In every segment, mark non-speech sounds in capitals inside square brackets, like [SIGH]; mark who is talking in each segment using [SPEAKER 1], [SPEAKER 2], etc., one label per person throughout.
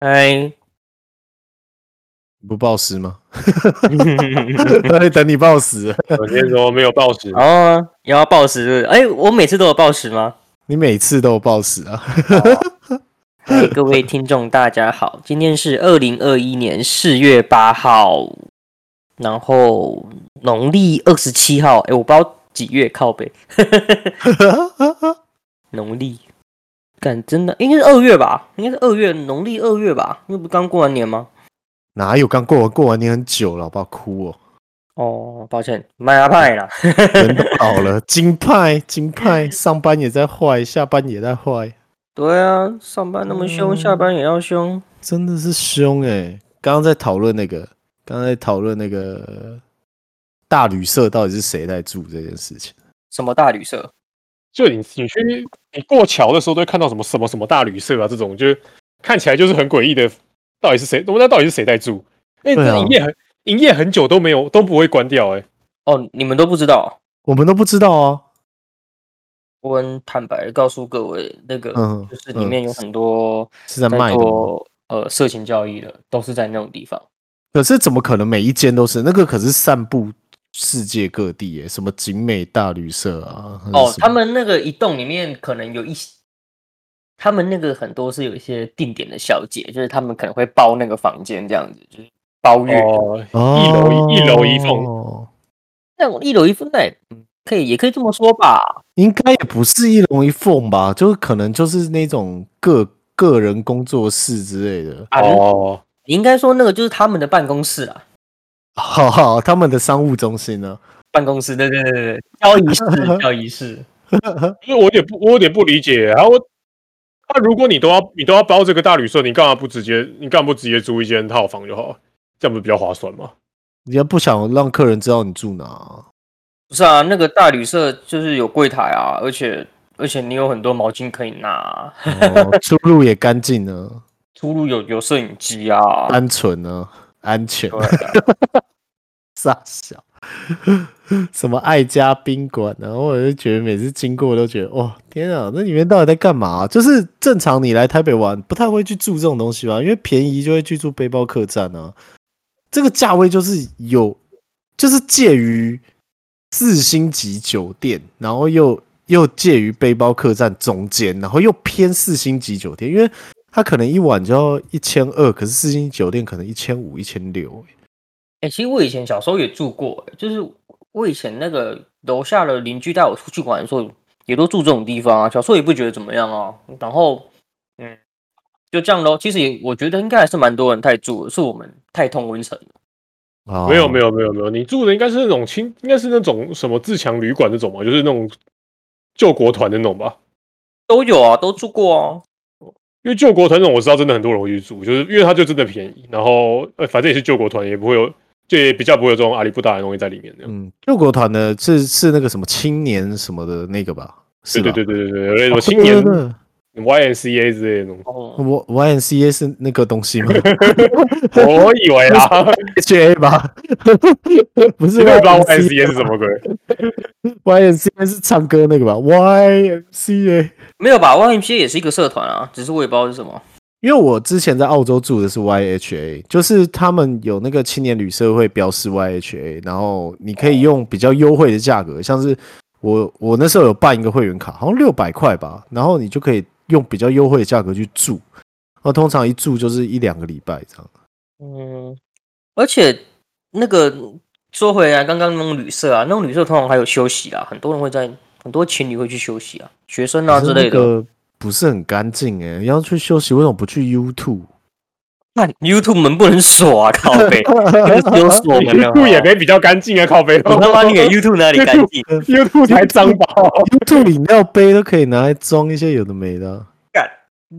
[SPEAKER 1] 嗨，
[SPEAKER 2] 你不暴食吗？ [LAUGHS] 在等你暴食，
[SPEAKER 3] 我今天怎么没有报时？
[SPEAKER 1] 哦，要报时是不是？哎、我每次都有报时 [LAUGHS] 吗？
[SPEAKER 2] 你每次都有暴食啊！ [LAUGHS]
[SPEAKER 1] 嗨，各位听众大家好，今天是二零二一年四月八号，然后农历二十七号，哎、我不知道几月靠北， [LAUGHS] 农历，干真的应该是二月吧，应该是二月，农历二月吧，因为不刚过完年吗？
[SPEAKER 2] 哪有刚过完过完年很久了，好不好哭哦？
[SPEAKER 1] 哦，抱歉，麦阿派 [LAUGHS] 啦。
[SPEAKER 2] 人都老了， [LAUGHS] 金派金派，上班也在坏，下班也在坏，
[SPEAKER 1] 对啊，上班那么凶，下班也要凶。
[SPEAKER 2] 真的是凶哎、刚刚在讨论那个，刚刚在讨论那个大旅社到底是谁在住这件事情。
[SPEAKER 1] 什么大旅社？
[SPEAKER 3] 就你你去你过桥的时候，都会看到什么什么什么大旅社啊，这种就是看起来就是很诡异的，到底是谁？我们那到底是谁在住？哎、
[SPEAKER 2] 对啊
[SPEAKER 3] 这营业很营业很久都没有都不会关掉、哎，
[SPEAKER 1] 哦，你们都不知道。
[SPEAKER 2] 我们都不知道啊。
[SPEAKER 1] 我很坦白地告诉各位，那个、
[SPEAKER 2] 嗯
[SPEAKER 1] 就是里面有很多
[SPEAKER 2] 是在
[SPEAKER 1] 在
[SPEAKER 2] 卖的吗。
[SPEAKER 1] 做呃色情交易的，都是在那种地方。
[SPEAKER 2] 可是怎么可能每一间都是？那个可是散布世界各地耶，什么景美大旅社啊。还是
[SPEAKER 1] 哦
[SPEAKER 2] 什，么
[SPEAKER 1] 他们那个一栋里面可能有一些，他们那个很多是有一些定点的小姐，就是他们可能会包那个房间这样子，就是包月。
[SPEAKER 3] 哦，一
[SPEAKER 2] 哦
[SPEAKER 3] 楼一楼一缝，
[SPEAKER 1] 那我一楼一分那也嗯可以，也可以这么说吧。
[SPEAKER 2] 应该也不是一楼一缝吧？就是可能就是那种个个人工作室之类的。
[SPEAKER 1] 啊，
[SPEAKER 3] 哦，
[SPEAKER 1] 你应该说那个就是他们的办公室啊。
[SPEAKER 2] 好好，他们的商务中心呢、
[SPEAKER 1] 办公室，对对对对，
[SPEAKER 2] 哦
[SPEAKER 1] 交易
[SPEAKER 2] 嗯
[SPEAKER 1] 室，交易室。
[SPEAKER 3] 因为我有点不，我有点不理解、然后我，那如果你都要你都要包这个大旅社，你干嘛不直接你干嘛不直接租一间套房就好？这样不是比较划算吗？
[SPEAKER 2] 你要不想让客人知道你住哪、
[SPEAKER 1] 不是啊，那个大旅社就是有柜台啊，而且而且你有很多毛巾可以拿啊、
[SPEAKER 2] 哦，出入也干净啊呢，
[SPEAKER 1] 出入有有摄影机啊。
[SPEAKER 2] 单纯呢，安全
[SPEAKER 1] 对。啊
[SPEAKER 2] [LAUGHS] 傻笑。什么爱家宾馆呢、我就觉得每次经过都觉得，哇，天啊，那里面到底在干嘛啊、就是正常你来台北玩，不太会去住这种东西吧？因为便宜就会去住背包客栈啊。这个价位就是有，就是介于四星级酒店，然后又又介于背包客栈中间，然后又偏四星级酒店，因为它可能一晚就要一千二，可是四星级酒店可能一千五、一千六，
[SPEAKER 1] 哎、其实我以前小时候也住过、哎就是我以前那个楼下的邻居带我出去玩的时候，也都住这种地方啊。小时候也不觉得怎么样啊。然后，嗯，就这样咯。其实也我觉得应该还是蛮多人太住的，是我们太通温层了。
[SPEAKER 2] 哦
[SPEAKER 3] 没有没有没有没有，你住的应该是那种轻，应该是那种什么自强旅馆那种嘛，就是那种救国团的那种吧。
[SPEAKER 1] 都有啊，都住过啊。，
[SPEAKER 3] 因为救国团那种我知道真的很多人会去住，就是因为它就真的便宜，然后呃反正也是救国团，也不会有，就也比较不会有这种阿里不达的东西在里面的。
[SPEAKER 2] 嗯，救国团的是是那个什么青年什么的那个吧？是
[SPEAKER 3] 对
[SPEAKER 2] 吧
[SPEAKER 3] 对对对对对，有那
[SPEAKER 2] 哦
[SPEAKER 3] 种青年
[SPEAKER 2] 对对对
[SPEAKER 3] YNCA 之类的那种
[SPEAKER 1] 哦，
[SPEAKER 2] 我 YNCA 是那个东西吗 [LAUGHS]
[SPEAKER 3] 我以为啦，
[SPEAKER 2] ？HA 吧？ [LAUGHS] 不是啊
[SPEAKER 3] 你都不知道
[SPEAKER 2] YNCA
[SPEAKER 3] YNCA 是什么鬼。
[SPEAKER 2] YNCA 是唱歌那个吧？YNCA，
[SPEAKER 1] 没有吧？YMCA 也是一个社团啊，只是我也不知道是什么。
[SPEAKER 2] 因为我之前在澳洲住的是 YHA，就是他们有那个青年旅社会标示 YHA，然后你可以用比较优惠的价格，像是我我那时候有办一个会员卡，好像六百块吧，然后你就可以用比较优惠的价格去住，那通常一住就是一两个礼拜这样。
[SPEAKER 1] 嗯，而且那个说回来，刚刚那种旅社啊，那种旅社通常还有休息啊，很多人会在，很多情侣会去休息啊，学生啊
[SPEAKER 2] 可
[SPEAKER 1] 之
[SPEAKER 2] 是
[SPEAKER 1] 类
[SPEAKER 2] 那
[SPEAKER 1] 的。
[SPEAKER 2] 个不是很干净哎，要去休息为什么不去 U Two？
[SPEAKER 1] 那 YouTube 门不能锁啊，靠
[SPEAKER 2] [LAUGHS]
[SPEAKER 1] 背
[SPEAKER 3] [LAUGHS]
[SPEAKER 1] ，YouTube 有锁
[SPEAKER 3] 你
[SPEAKER 1] 门的。
[SPEAKER 3] YouTube 也没比较干净啊，靠背。
[SPEAKER 1] 我他妈你给 YouTube 哪里
[SPEAKER 2] [LAUGHS]
[SPEAKER 1] 干净？
[SPEAKER 3] YouTube 才脏吧？
[SPEAKER 2] U Two 饮料杯都可以拿来装一些有的没的啊，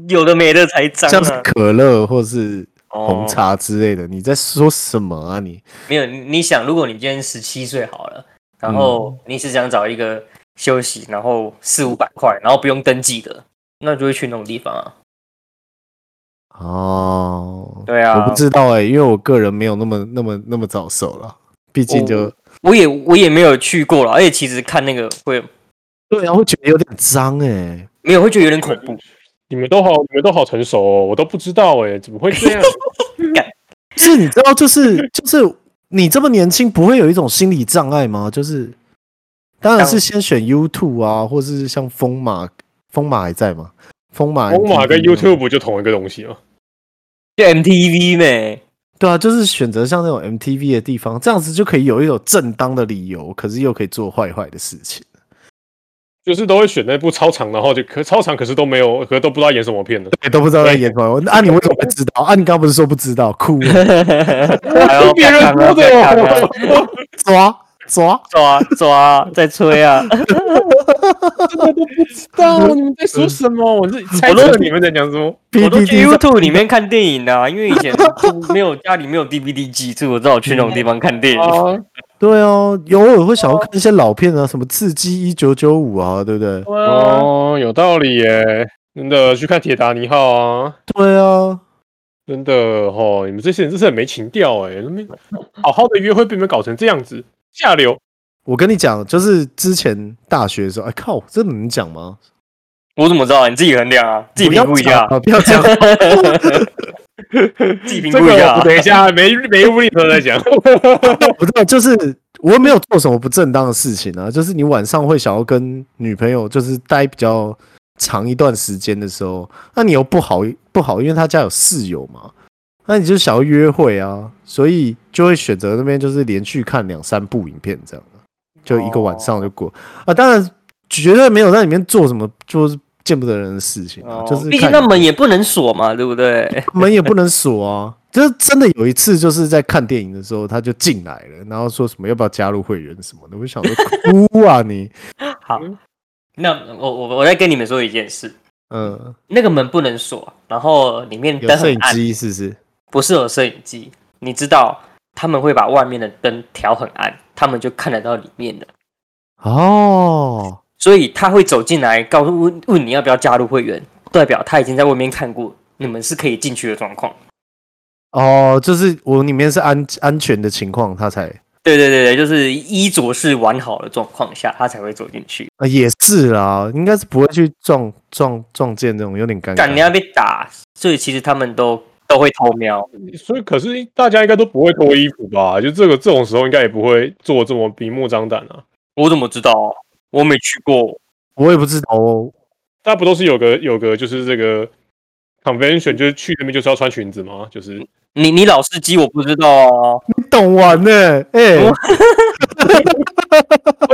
[SPEAKER 1] 有的没的才脏
[SPEAKER 2] 像是
[SPEAKER 1] 啊！
[SPEAKER 2] 可乐或是红
[SPEAKER 3] 哦
[SPEAKER 2] 茶之类的，你在说什么啊你？
[SPEAKER 1] 没有，你你想，如果你今天十七岁好了，然
[SPEAKER 2] 嗯
[SPEAKER 1] 后你只想找一个休息，然后四五百块，然后不用登记的，那就会去那种地方啊。
[SPEAKER 2] 哦，
[SPEAKER 1] 对啊，
[SPEAKER 2] 我不知道哎、因为我个人没有那么那么那么早熟了，毕竟就、
[SPEAKER 1] 哦我也我也没有去过了，而且其实看那个会
[SPEAKER 2] 对啊，会觉得有点脏哎、
[SPEAKER 1] 没有会觉得有点恐怖。
[SPEAKER 3] [LAUGHS] 你们都好，你们都好成熟哦，我都不知道哎、怎么会 [LAUGHS] 这样？
[SPEAKER 2] 是，你知道，就是就是你这么年轻，不会有一种心理障碍吗？就是，当然是先选 YouTube 啊，或是像风马，风马还在吗？风马，
[SPEAKER 3] 欧马跟 YouTube 不就同一个东西吗？
[SPEAKER 1] 就 MTV 呗，
[SPEAKER 2] 对啊，就是选择像那种 MTV 的地方，这样子就可以有一种正当的理由，可是又可以做坏坏的事情。
[SPEAKER 3] 就是都会选那部超长，然后就可超长，可是都没有，可是都不知道演什么片的。
[SPEAKER 2] 也都不知道在演什么，啊，你为什么会知道？啊，你刚刚不是说不知道？哭哦
[SPEAKER 1] 哎呦
[SPEAKER 3] 别人说的
[SPEAKER 1] 不要看了不要看了
[SPEAKER 3] 哦，
[SPEAKER 2] 抓抓，
[SPEAKER 1] [LAUGHS] 抓抓再吹
[SPEAKER 3] [LAUGHS]
[SPEAKER 1] 啊！
[SPEAKER 3] 我都不知道你们在说什么，我是猜测你们在讲什么。
[SPEAKER 2] 哔
[SPEAKER 1] 我都
[SPEAKER 2] 哔
[SPEAKER 1] 去
[SPEAKER 2] 哔
[SPEAKER 1] YouTube 里面看电影啊，因为以前都没有家里没有 DVD 机，所以我只好去那种地方看电
[SPEAKER 3] [LAUGHS]
[SPEAKER 1] 影。
[SPEAKER 3] 啊，
[SPEAKER 2] 对哦，有我会想要看一些老片啊，什么《刺激一九九五》啊，对不对？
[SPEAKER 3] 哦，有道理耶，真的去看《铁达尼号》啊，
[SPEAKER 2] 对啊，
[SPEAKER 3] 真的哦，你们这些人真是很没情调哎，你们好好的约会被你们搞成这样子，下流。
[SPEAKER 2] 我跟你讲，就是之前大学的时候，哎靠，这能讲吗？
[SPEAKER 1] 我怎么知道？你自己衡量啊，自己评估一下，
[SPEAKER 2] 不要讲啊，不要讲。
[SPEAKER 1] 自己评
[SPEAKER 3] 这
[SPEAKER 1] 估一
[SPEAKER 3] 个
[SPEAKER 1] 下
[SPEAKER 3] 我。等一下没没屋里头再讲。
[SPEAKER 2] 我知道，就是我又没有做什么不正当的事情啊，就是你晚上会想要跟女朋友就是待比较长一段时间的时候，那你又不好不好，因为她家有室友嘛，那你就想要约会啊，所以就会选择那边就是连续看两三部影片这样的，就一个晚上就过、啊。当然绝对没有在里面做什么就是见不得人的事情啊，
[SPEAKER 1] 哦
[SPEAKER 2] 就是
[SPEAKER 1] 毕竟
[SPEAKER 2] 看
[SPEAKER 1] 那门也不能锁嘛，对不对？
[SPEAKER 2] 门也不能锁啊。 [LAUGHS] 就是真的有一次，就是在看电影的时候，他就进来了，然后说什么要不要加入会员什么的，我就想说哭啊你， [LAUGHS]
[SPEAKER 1] 好，那我我我再跟你们说一件事， [LAUGHS]
[SPEAKER 2] 嗯，
[SPEAKER 1] 那个门不能锁，然后里面
[SPEAKER 2] 有
[SPEAKER 1] 灯
[SPEAKER 2] 摄
[SPEAKER 1] 很
[SPEAKER 2] 影
[SPEAKER 1] 暗，
[SPEAKER 2] 机是不是？
[SPEAKER 1] 不是有摄影机，你知道他们会把外面的灯调很暗，他们就看得到里面的，
[SPEAKER 2] 哦，
[SPEAKER 1] 所以他会走进来，告诉问问你要不要加入会员，代表他已经在外面看过，你们是可以进去的状况。
[SPEAKER 2] 哦，就是我里面是安安全的情况，他才、
[SPEAKER 1] 对对对对，就是衣着是完好的状况下，他才会走进去。
[SPEAKER 2] 啊也是啦，应该是不会去撞撞撞见这种有点尴
[SPEAKER 1] 但你
[SPEAKER 2] 尬。
[SPEAKER 1] 要被打，所以其实他们都都会偷瞄。
[SPEAKER 3] 所以，可是大家应该都不会脱衣服吧？就这个这种时候，应该也不会做这么明目张胆啊。
[SPEAKER 1] 我怎么知道？我没去过。
[SPEAKER 2] 我也不知道哦，
[SPEAKER 3] 大家不都是有个有个就是这个 convention，就是去那边就是要穿裙子吗？就是
[SPEAKER 1] 你你老司机，我不知道啊。
[SPEAKER 2] 你懂玩呢、哎、
[SPEAKER 1] 我
[SPEAKER 3] 哦，这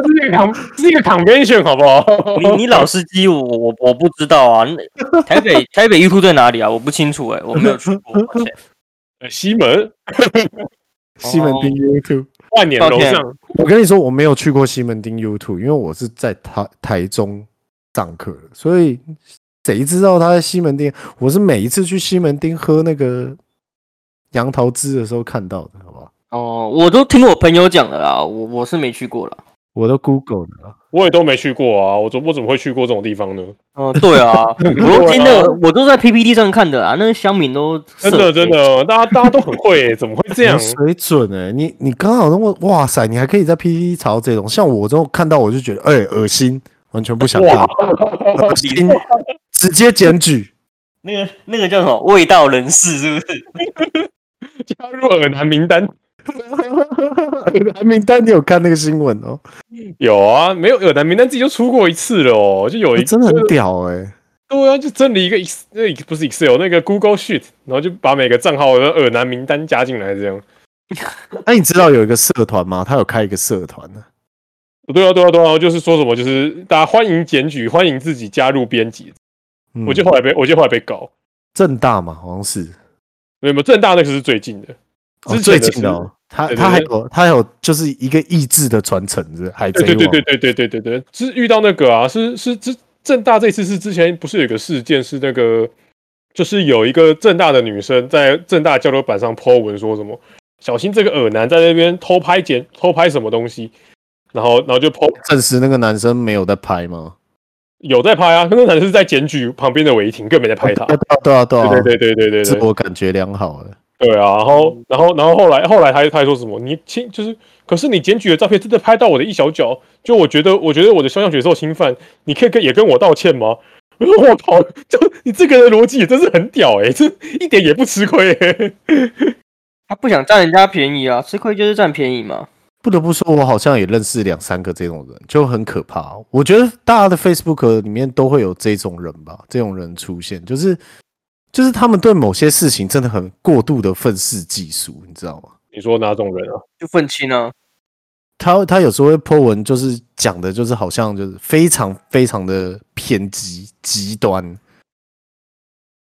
[SPEAKER 3] 是一个 con 这是一个 convention 好不好？
[SPEAKER 2] [LAUGHS]
[SPEAKER 1] 你你老司机，我我我不知道啊。 [LAUGHS] 那台北台北玉兔在哪里啊？我不清楚哎、我没有去过。抱歉
[SPEAKER 3] 呃西门
[SPEAKER 2] 西门町 YouTube。
[SPEAKER 3] 万年楼上，
[SPEAKER 2] 我跟你说，我没有去过西门町 U Two，因为我是在台台中上课的，所以谁知道他在西门町？我是每一次去西门町喝那个杨桃汁的时候看到的，好不好？
[SPEAKER 1] [LAUGHS] 哦，我都听我朋友讲的啦，我我是没去过啦。
[SPEAKER 2] 我都 Google 的了。
[SPEAKER 3] 我也都没去过啊。我怎我怎么会去过这种地方呢？
[SPEAKER 1] 哦，对 [LAUGHS] 啊，我都听了，我都在 PPT 上看的啊。那些乡民都
[SPEAKER 3] 真
[SPEAKER 1] 色
[SPEAKER 3] 的真的，大家大家都很
[SPEAKER 2] [LAUGHS]
[SPEAKER 3] 会、欸，怎么会这样
[SPEAKER 2] 有？水准哎、你你刚好那么哇塞，你还可以在 PPT 查到这种，像我这种看到我就觉得哎恶、心，完全不想看，恶心，直接检
[SPEAKER 3] [LAUGHS]
[SPEAKER 2] 举。
[SPEAKER 1] 那个那个叫什么味道人士是不是？
[SPEAKER 3] 加入尔南名单
[SPEAKER 2] 还名单，你有看那个新闻哦？
[SPEAKER 3] 有啊，没有尔南名单自己就出过一次了哦，就有一
[SPEAKER 2] 欸、真的很屌哎、
[SPEAKER 3] 对啊，就整理一个 Ex 那个不是 Excel 那个 Google Sheet，然后就把每个账号的耳男名单加进来，这样。
[SPEAKER 2] 那、你知道有一个社团吗？他有开一个社团呢。
[SPEAKER 3] 对啊，对啊，对啊，就是说什么，就是大家欢迎检举，欢迎自己加入编辑。
[SPEAKER 2] 嗯
[SPEAKER 3] 我就后来被，我就后来被搞。
[SPEAKER 2] 正大嘛，好像是
[SPEAKER 3] 没有，没有正大那个是最近的，
[SPEAKER 2] 哦
[SPEAKER 3] 之前
[SPEAKER 2] 最
[SPEAKER 3] 的
[SPEAKER 2] 近的
[SPEAKER 3] 是
[SPEAKER 2] 哦。他
[SPEAKER 3] 对对
[SPEAKER 2] 他还
[SPEAKER 3] 对
[SPEAKER 2] 有他有就是一个意志的传承是不是海贼
[SPEAKER 3] 对
[SPEAKER 2] 王，
[SPEAKER 3] 对对对对对对对对，是遇到那个啊，是是之正大这次是之前不是有个事件是那个，就是有一个正大的女生在正大交流板上 po 文说什么小心这个耳男在那边偷拍剪偷拍什么东西，然后然后就 po
[SPEAKER 2] 证实那个男生没有在拍吗？
[SPEAKER 3] 有在拍啊，那个男生是在检举旁边的违停，更没在拍他。
[SPEAKER 2] 对啊对啊对啊，
[SPEAKER 3] 对对对对对
[SPEAKER 2] 自
[SPEAKER 3] 对对
[SPEAKER 2] 我感觉良好了。
[SPEAKER 3] 对啊，然后然后然后后来后来他他还说什么？你亲就是，可是你检举的照片真的拍到我的一小脚，就我觉得我觉得我的肖像权受侵犯，你可以跟也跟我道歉吗？我靠，就你这个人的逻辑也真是很屌哎、这一点也不吃亏哎、
[SPEAKER 1] 他不想占人家便宜啊，吃亏就是占便宜嘛。
[SPEAKER 2] 不得不说，我好像也认识两三个这种人，就很可怕。哦我觉得大家的 Facebook 里面都会有这种人吧，这种人出现，就是就是他们对某些事情真的很过度的愤世嫉俗，你知道吗？
[SPEAKER 3] 你说哪种人啊？
[SPEAKER 1] 就愤青啊，
[SPEAKER 2] 他他有时候会 po 文，就是讲的，就是好像就是非常非常的偏激极端，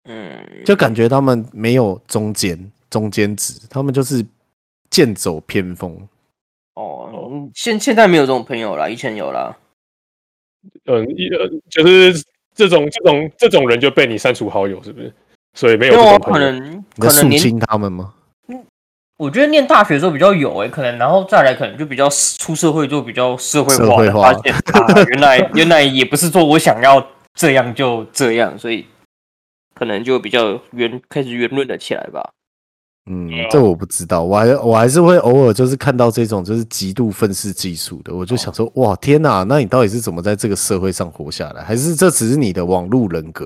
[SPEAKER 1] 嗯，
[SPEAKER 2] 就感觉他们没有中间中间值，他们就是剑走偏锋。
[SPEAKER 1] 哦，嗯现现在没有这种朋友啦，以前有啦。
[SPEAKER 3] 嗯，一呃就是这种这种这种人就被你删除好友是不是？所以没有
[SPEAKER 1] 因为
[SPEAKER 3] 这
[SPEAKER 1] 我
[SPEAKER 3] 种
[SPEAKER 1] 可
[SPEAKER 3] 朋友。
[SPEAKER 1] 能
[SPEAKER 2] 你在
[SPEAKER 1] 可能
[SPEAKER 2] 肃
[SPEAKER 1] 年
[SPEAKER 2] 清他们吗？
[SPEAKER 1] 我觉得念大学的时候比较有诶、欸可能然后再来可能就比较出社会就比较社会
[SPEAKER 2] 社
[SPEAKER 1] 化
[SPEAKER 2] 会
[SPEAKER 1] 了，
[SPEAKER 2] 化
[SPEAKER 1] 发现啊，原来原来也不是说我想要这样就这样，所以可能就比较圆开始圆润了起来吧。
[SPEAKER 2] 嗯
[SPEAKER 3] 对啊，
[SPEAKER 2] 这我不知道，我还我还是会偶尔就是看到这种就是极度愤世嫉俗的，我就想说，哇，天哪，那你到底是怎么在这个社会上活下来？还是这只是你的网络人格？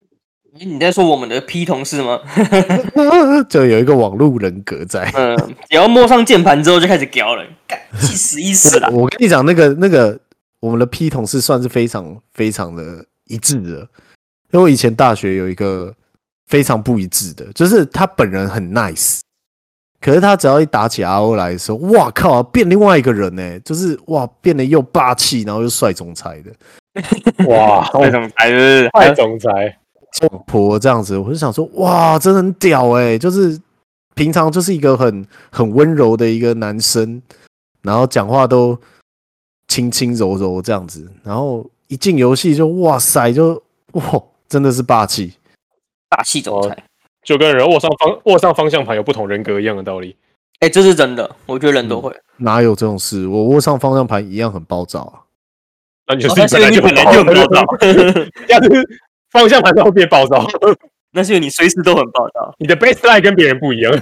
[SPEAKER 2] [LAUGHS]
[SPEAKER 1] 诶你在说我们的 P 同事吗？
[SPEAKER 2] 就有一个网络人格在。
[SPEAKER 1] 嗯，只要摸上键盘之后就开始屌了，干气死一死啦！
[SPEAKER 2] 我跟你讲，那个那个，我们的 P 同事算是非常非常的一致的，因为我以前大学有一个非常不一致的，就是他本人很 nice，可是他只要一打起 RO 来的时候，哇靠、变另外一个人呢、就是哇变得又霸气，然后又帅总裁的，
[SPEAKER 3] 哇，
[SPEAKER 1] [LAUGHS] 那种才是
[SPEAKER 3] 太总裁，
[SPEAKER 2] 老婆这样子，我就想说，哇，真的很屌哎、就是平常就是一个很很温柔的一个男生，然后讲话都轻轻柔柔这样子，然后一进游戏就哇塞，就哇，真的是霸气。
[SPEAKER 1] 大气总裁。
[SPEAKER 3] 就跟人握上方握上方向盘有不同人格一样的道理。
[SPEAKER 1] 哎、这是真的，我觉得人都会。
[SPEAKER 2] 哪有这种事？我握上方向盘一样很暴躁啊！
[SPEAKER 3] 那你就
[SPEAKER 1] 哦
[SPEAKER 3] 是本来就
[SPEAKER 1] 本来就很暴躁，
[SPEAKER 3] [LAUGHS] 但是方向盘都会变暴躁，
[SPEAKER 1] 那是因为你随时都很暴躁。
[SPEAKER 3] 你的 baseline 跟别人不一样。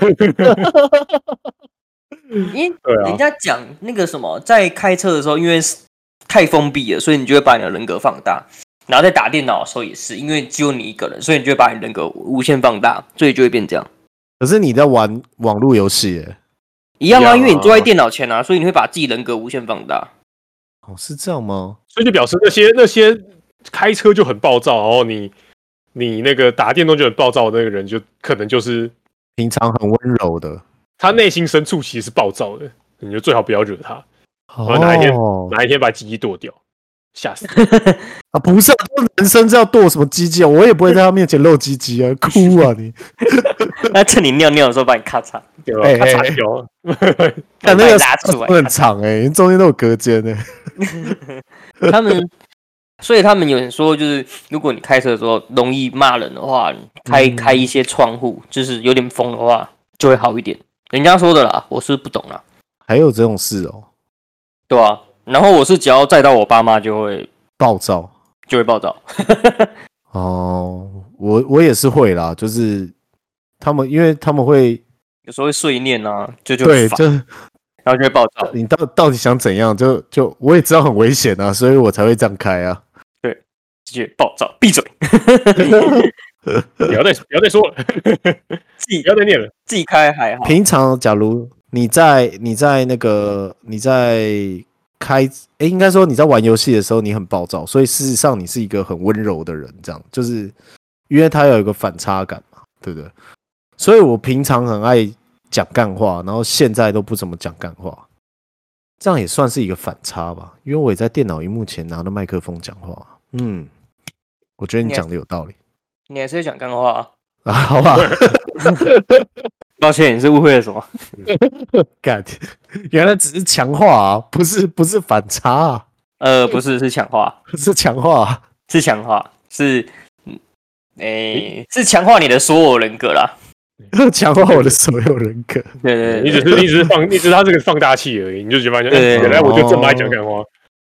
[SPEAKER 1] 因为
[SPEAKER 3] 对啊
[SPEAKER 1] [LAUGHS] 人家讲那个什么，在开车的时候，因为是太封闭了，所以你就会把你的人格放大。然后在打电脑的时候也是，因为只有你一个人，所以你就会把你人格无限放大，所以就会变这样。
[SPEAKER 2] 可是你在玩网络游戏欸耶，
[SPEAKER 1] 一样
[SPEAKER 3] 一样
[SPEAKER 1] 啊，
[SPEAKER 3] 啊
[SPEAKER 1] 因为你坐在电脑前啊，所以你会把自己人格无限放大。
[SPEAKER 2] 哦，是这样吗？
[SPEAKER 3] 所以就表示那些那些开车就很暴躁，然后你你那个打电动就很暴躁的那个人，就可能就是
[SPEAKER 2] 平常很温柔的，
[SPEAKER 3] 他内心深处其实是暴躁的，你就最好不要惹他，
[SPEAKER 2] 哦，
[SPEAKER 3] 哪一天哪一天把鸡鸡剁掉，吓死！
[SPEAKER 2] 啊，不是啊，男生是要剁什么鸡鸡啊？我也不会在他面前露鸡
[SPEAKER 3] [LAUGHS]
[SPEAKER 2] 鸡啊，哭啊你！
[SPEAKER 1] 那趁你尿尿的时候把你咔嚓，
[SPEAKER 3] 对吧？
[SPEAKER 2] 哎
[SPEAKER 3] 他擦
[SPEAKER 2] 哎
[SPEAKER 3] 掉，
[SPEAKER 2] 看那个
[SPEAKER 1] 把你拉出来
[SPEAKER 2] 很长哎、中间都有隔间哎、
[SPEAKER 1] 他们，所以他们有人说，就是如果你开车的时候容易骂人的话，你开开一些窗户，就是有点风的话，就会好一点。人家说的啦，我是不懂啦。
[SPEAKER 2] [LAUGHS] 还有这种事哦，
[SPEAKER 1] 对啊，然后我是只要载到我爸妈就会
[SPEAKER 2] 暴躁
[SPEAKER 1] 就会暴躁，
[SPEAKER 2] 哦，我我也是会啦，就是他们因为他们会
[SPEAKER 1] 有时候会碎念啊，就就
[SPEAKER 2] 对，
[SPEAKER 1] 很烦，
[SPEAKER 2] 就是
[SPEAKER 1] 然后就会暴躁。
[SPEAKER 2] 你到到底想怎样？就就我也知道很危险啊，所以我才会这样开啊。 [LAUGHS]
[SPEAKER 1] 直接暴躁，闭嘴，
[SPEAKER 3] [LAUGHS] 不要再不要再说了， [LAUGHS]
[SPEAKER 1] 自己
[SPEAKER 3] 不要再念了。
[SPEAKER 1] 自己开还好。
[SPEAKER 2] 平常假如你在你在那个你在开，诶，应该说你在玩游戏的时候你很暴躁，所以事实上你是一个很温柔的人，这样就是因为他有一个反差感嘛，对不对？所以我平常很爱讲干话，然后现在都不怎么讲干话，这样也算是一个反差吧，因为我也在电脑荧幕前拿着麦克风讲话，嗯，我觉得你
[SPEAKER 1] 你还
[SPEAKER 2] 讲的有道理 [LAUGHS]
[SPEAKER 1] 你还是会讲干话、啊，
[SPEAKER 2] 啊，好吧。
[SPEAKER 1] 抱歉，你是误会了什么？
[SPEAKER 2] 干， [LAUGHS] 原来只是强化啊，不是不是反差啊，
[SPEAKER 1] 嗯呃，不是，是抢话。
[SPEAKER 2] 是强化、啊。 [LAUGHS]
[SPEAKER 1] 是强化，是嗯，诶、是强化你的所有人格啦。
[SPEAKER 2] 强化我的所有人格。
[SPEAKER 1] 对对
[SPEAKER 3] 你
[SPEAKER 1] 对
[SPEAKER 3] 只是你只是放， [LAUGHS] 你只是他这个放大器而已，你就觉得发现，
[SPEAKER 1] 对哦
[SPEAKER 3] 哎原来我就这么爱讲干话。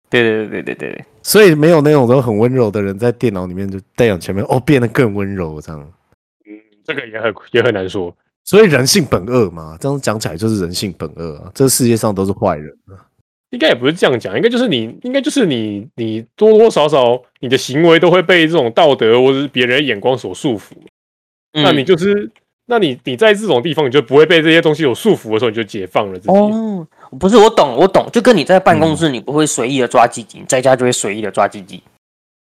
[SPEAKER 1] 对对对对对对，
[SPEAKER 2] 所以没有那种都很温柔的人在电脑里面就电脑前面哦变得更温柔这样。
[SPEAKER 3] 嗯，这个也很也很难说。
[SPEAKER 2] 所以人性本恶嘛，这样讲起来就是人性本恶啊，这世界上都是坏人。
[SPEAKER 3] 应该也不是这样讲，应该就是你，应该就是你，你多多少少你的行为都会被这种道德或者是别人的眼光所束缚。
[SPEAKER 1] 嗯
[SPEAKER 3] 那你就是，那你你在这种地方，你就不会被这些东西有束缚的时候，你就解放了自己。
[SPEAKER 1] 哦，不是我懂我懂，就跟你在办公室你不会随意的抓鸡鸡，你在家就会随意的抓鸡鸡。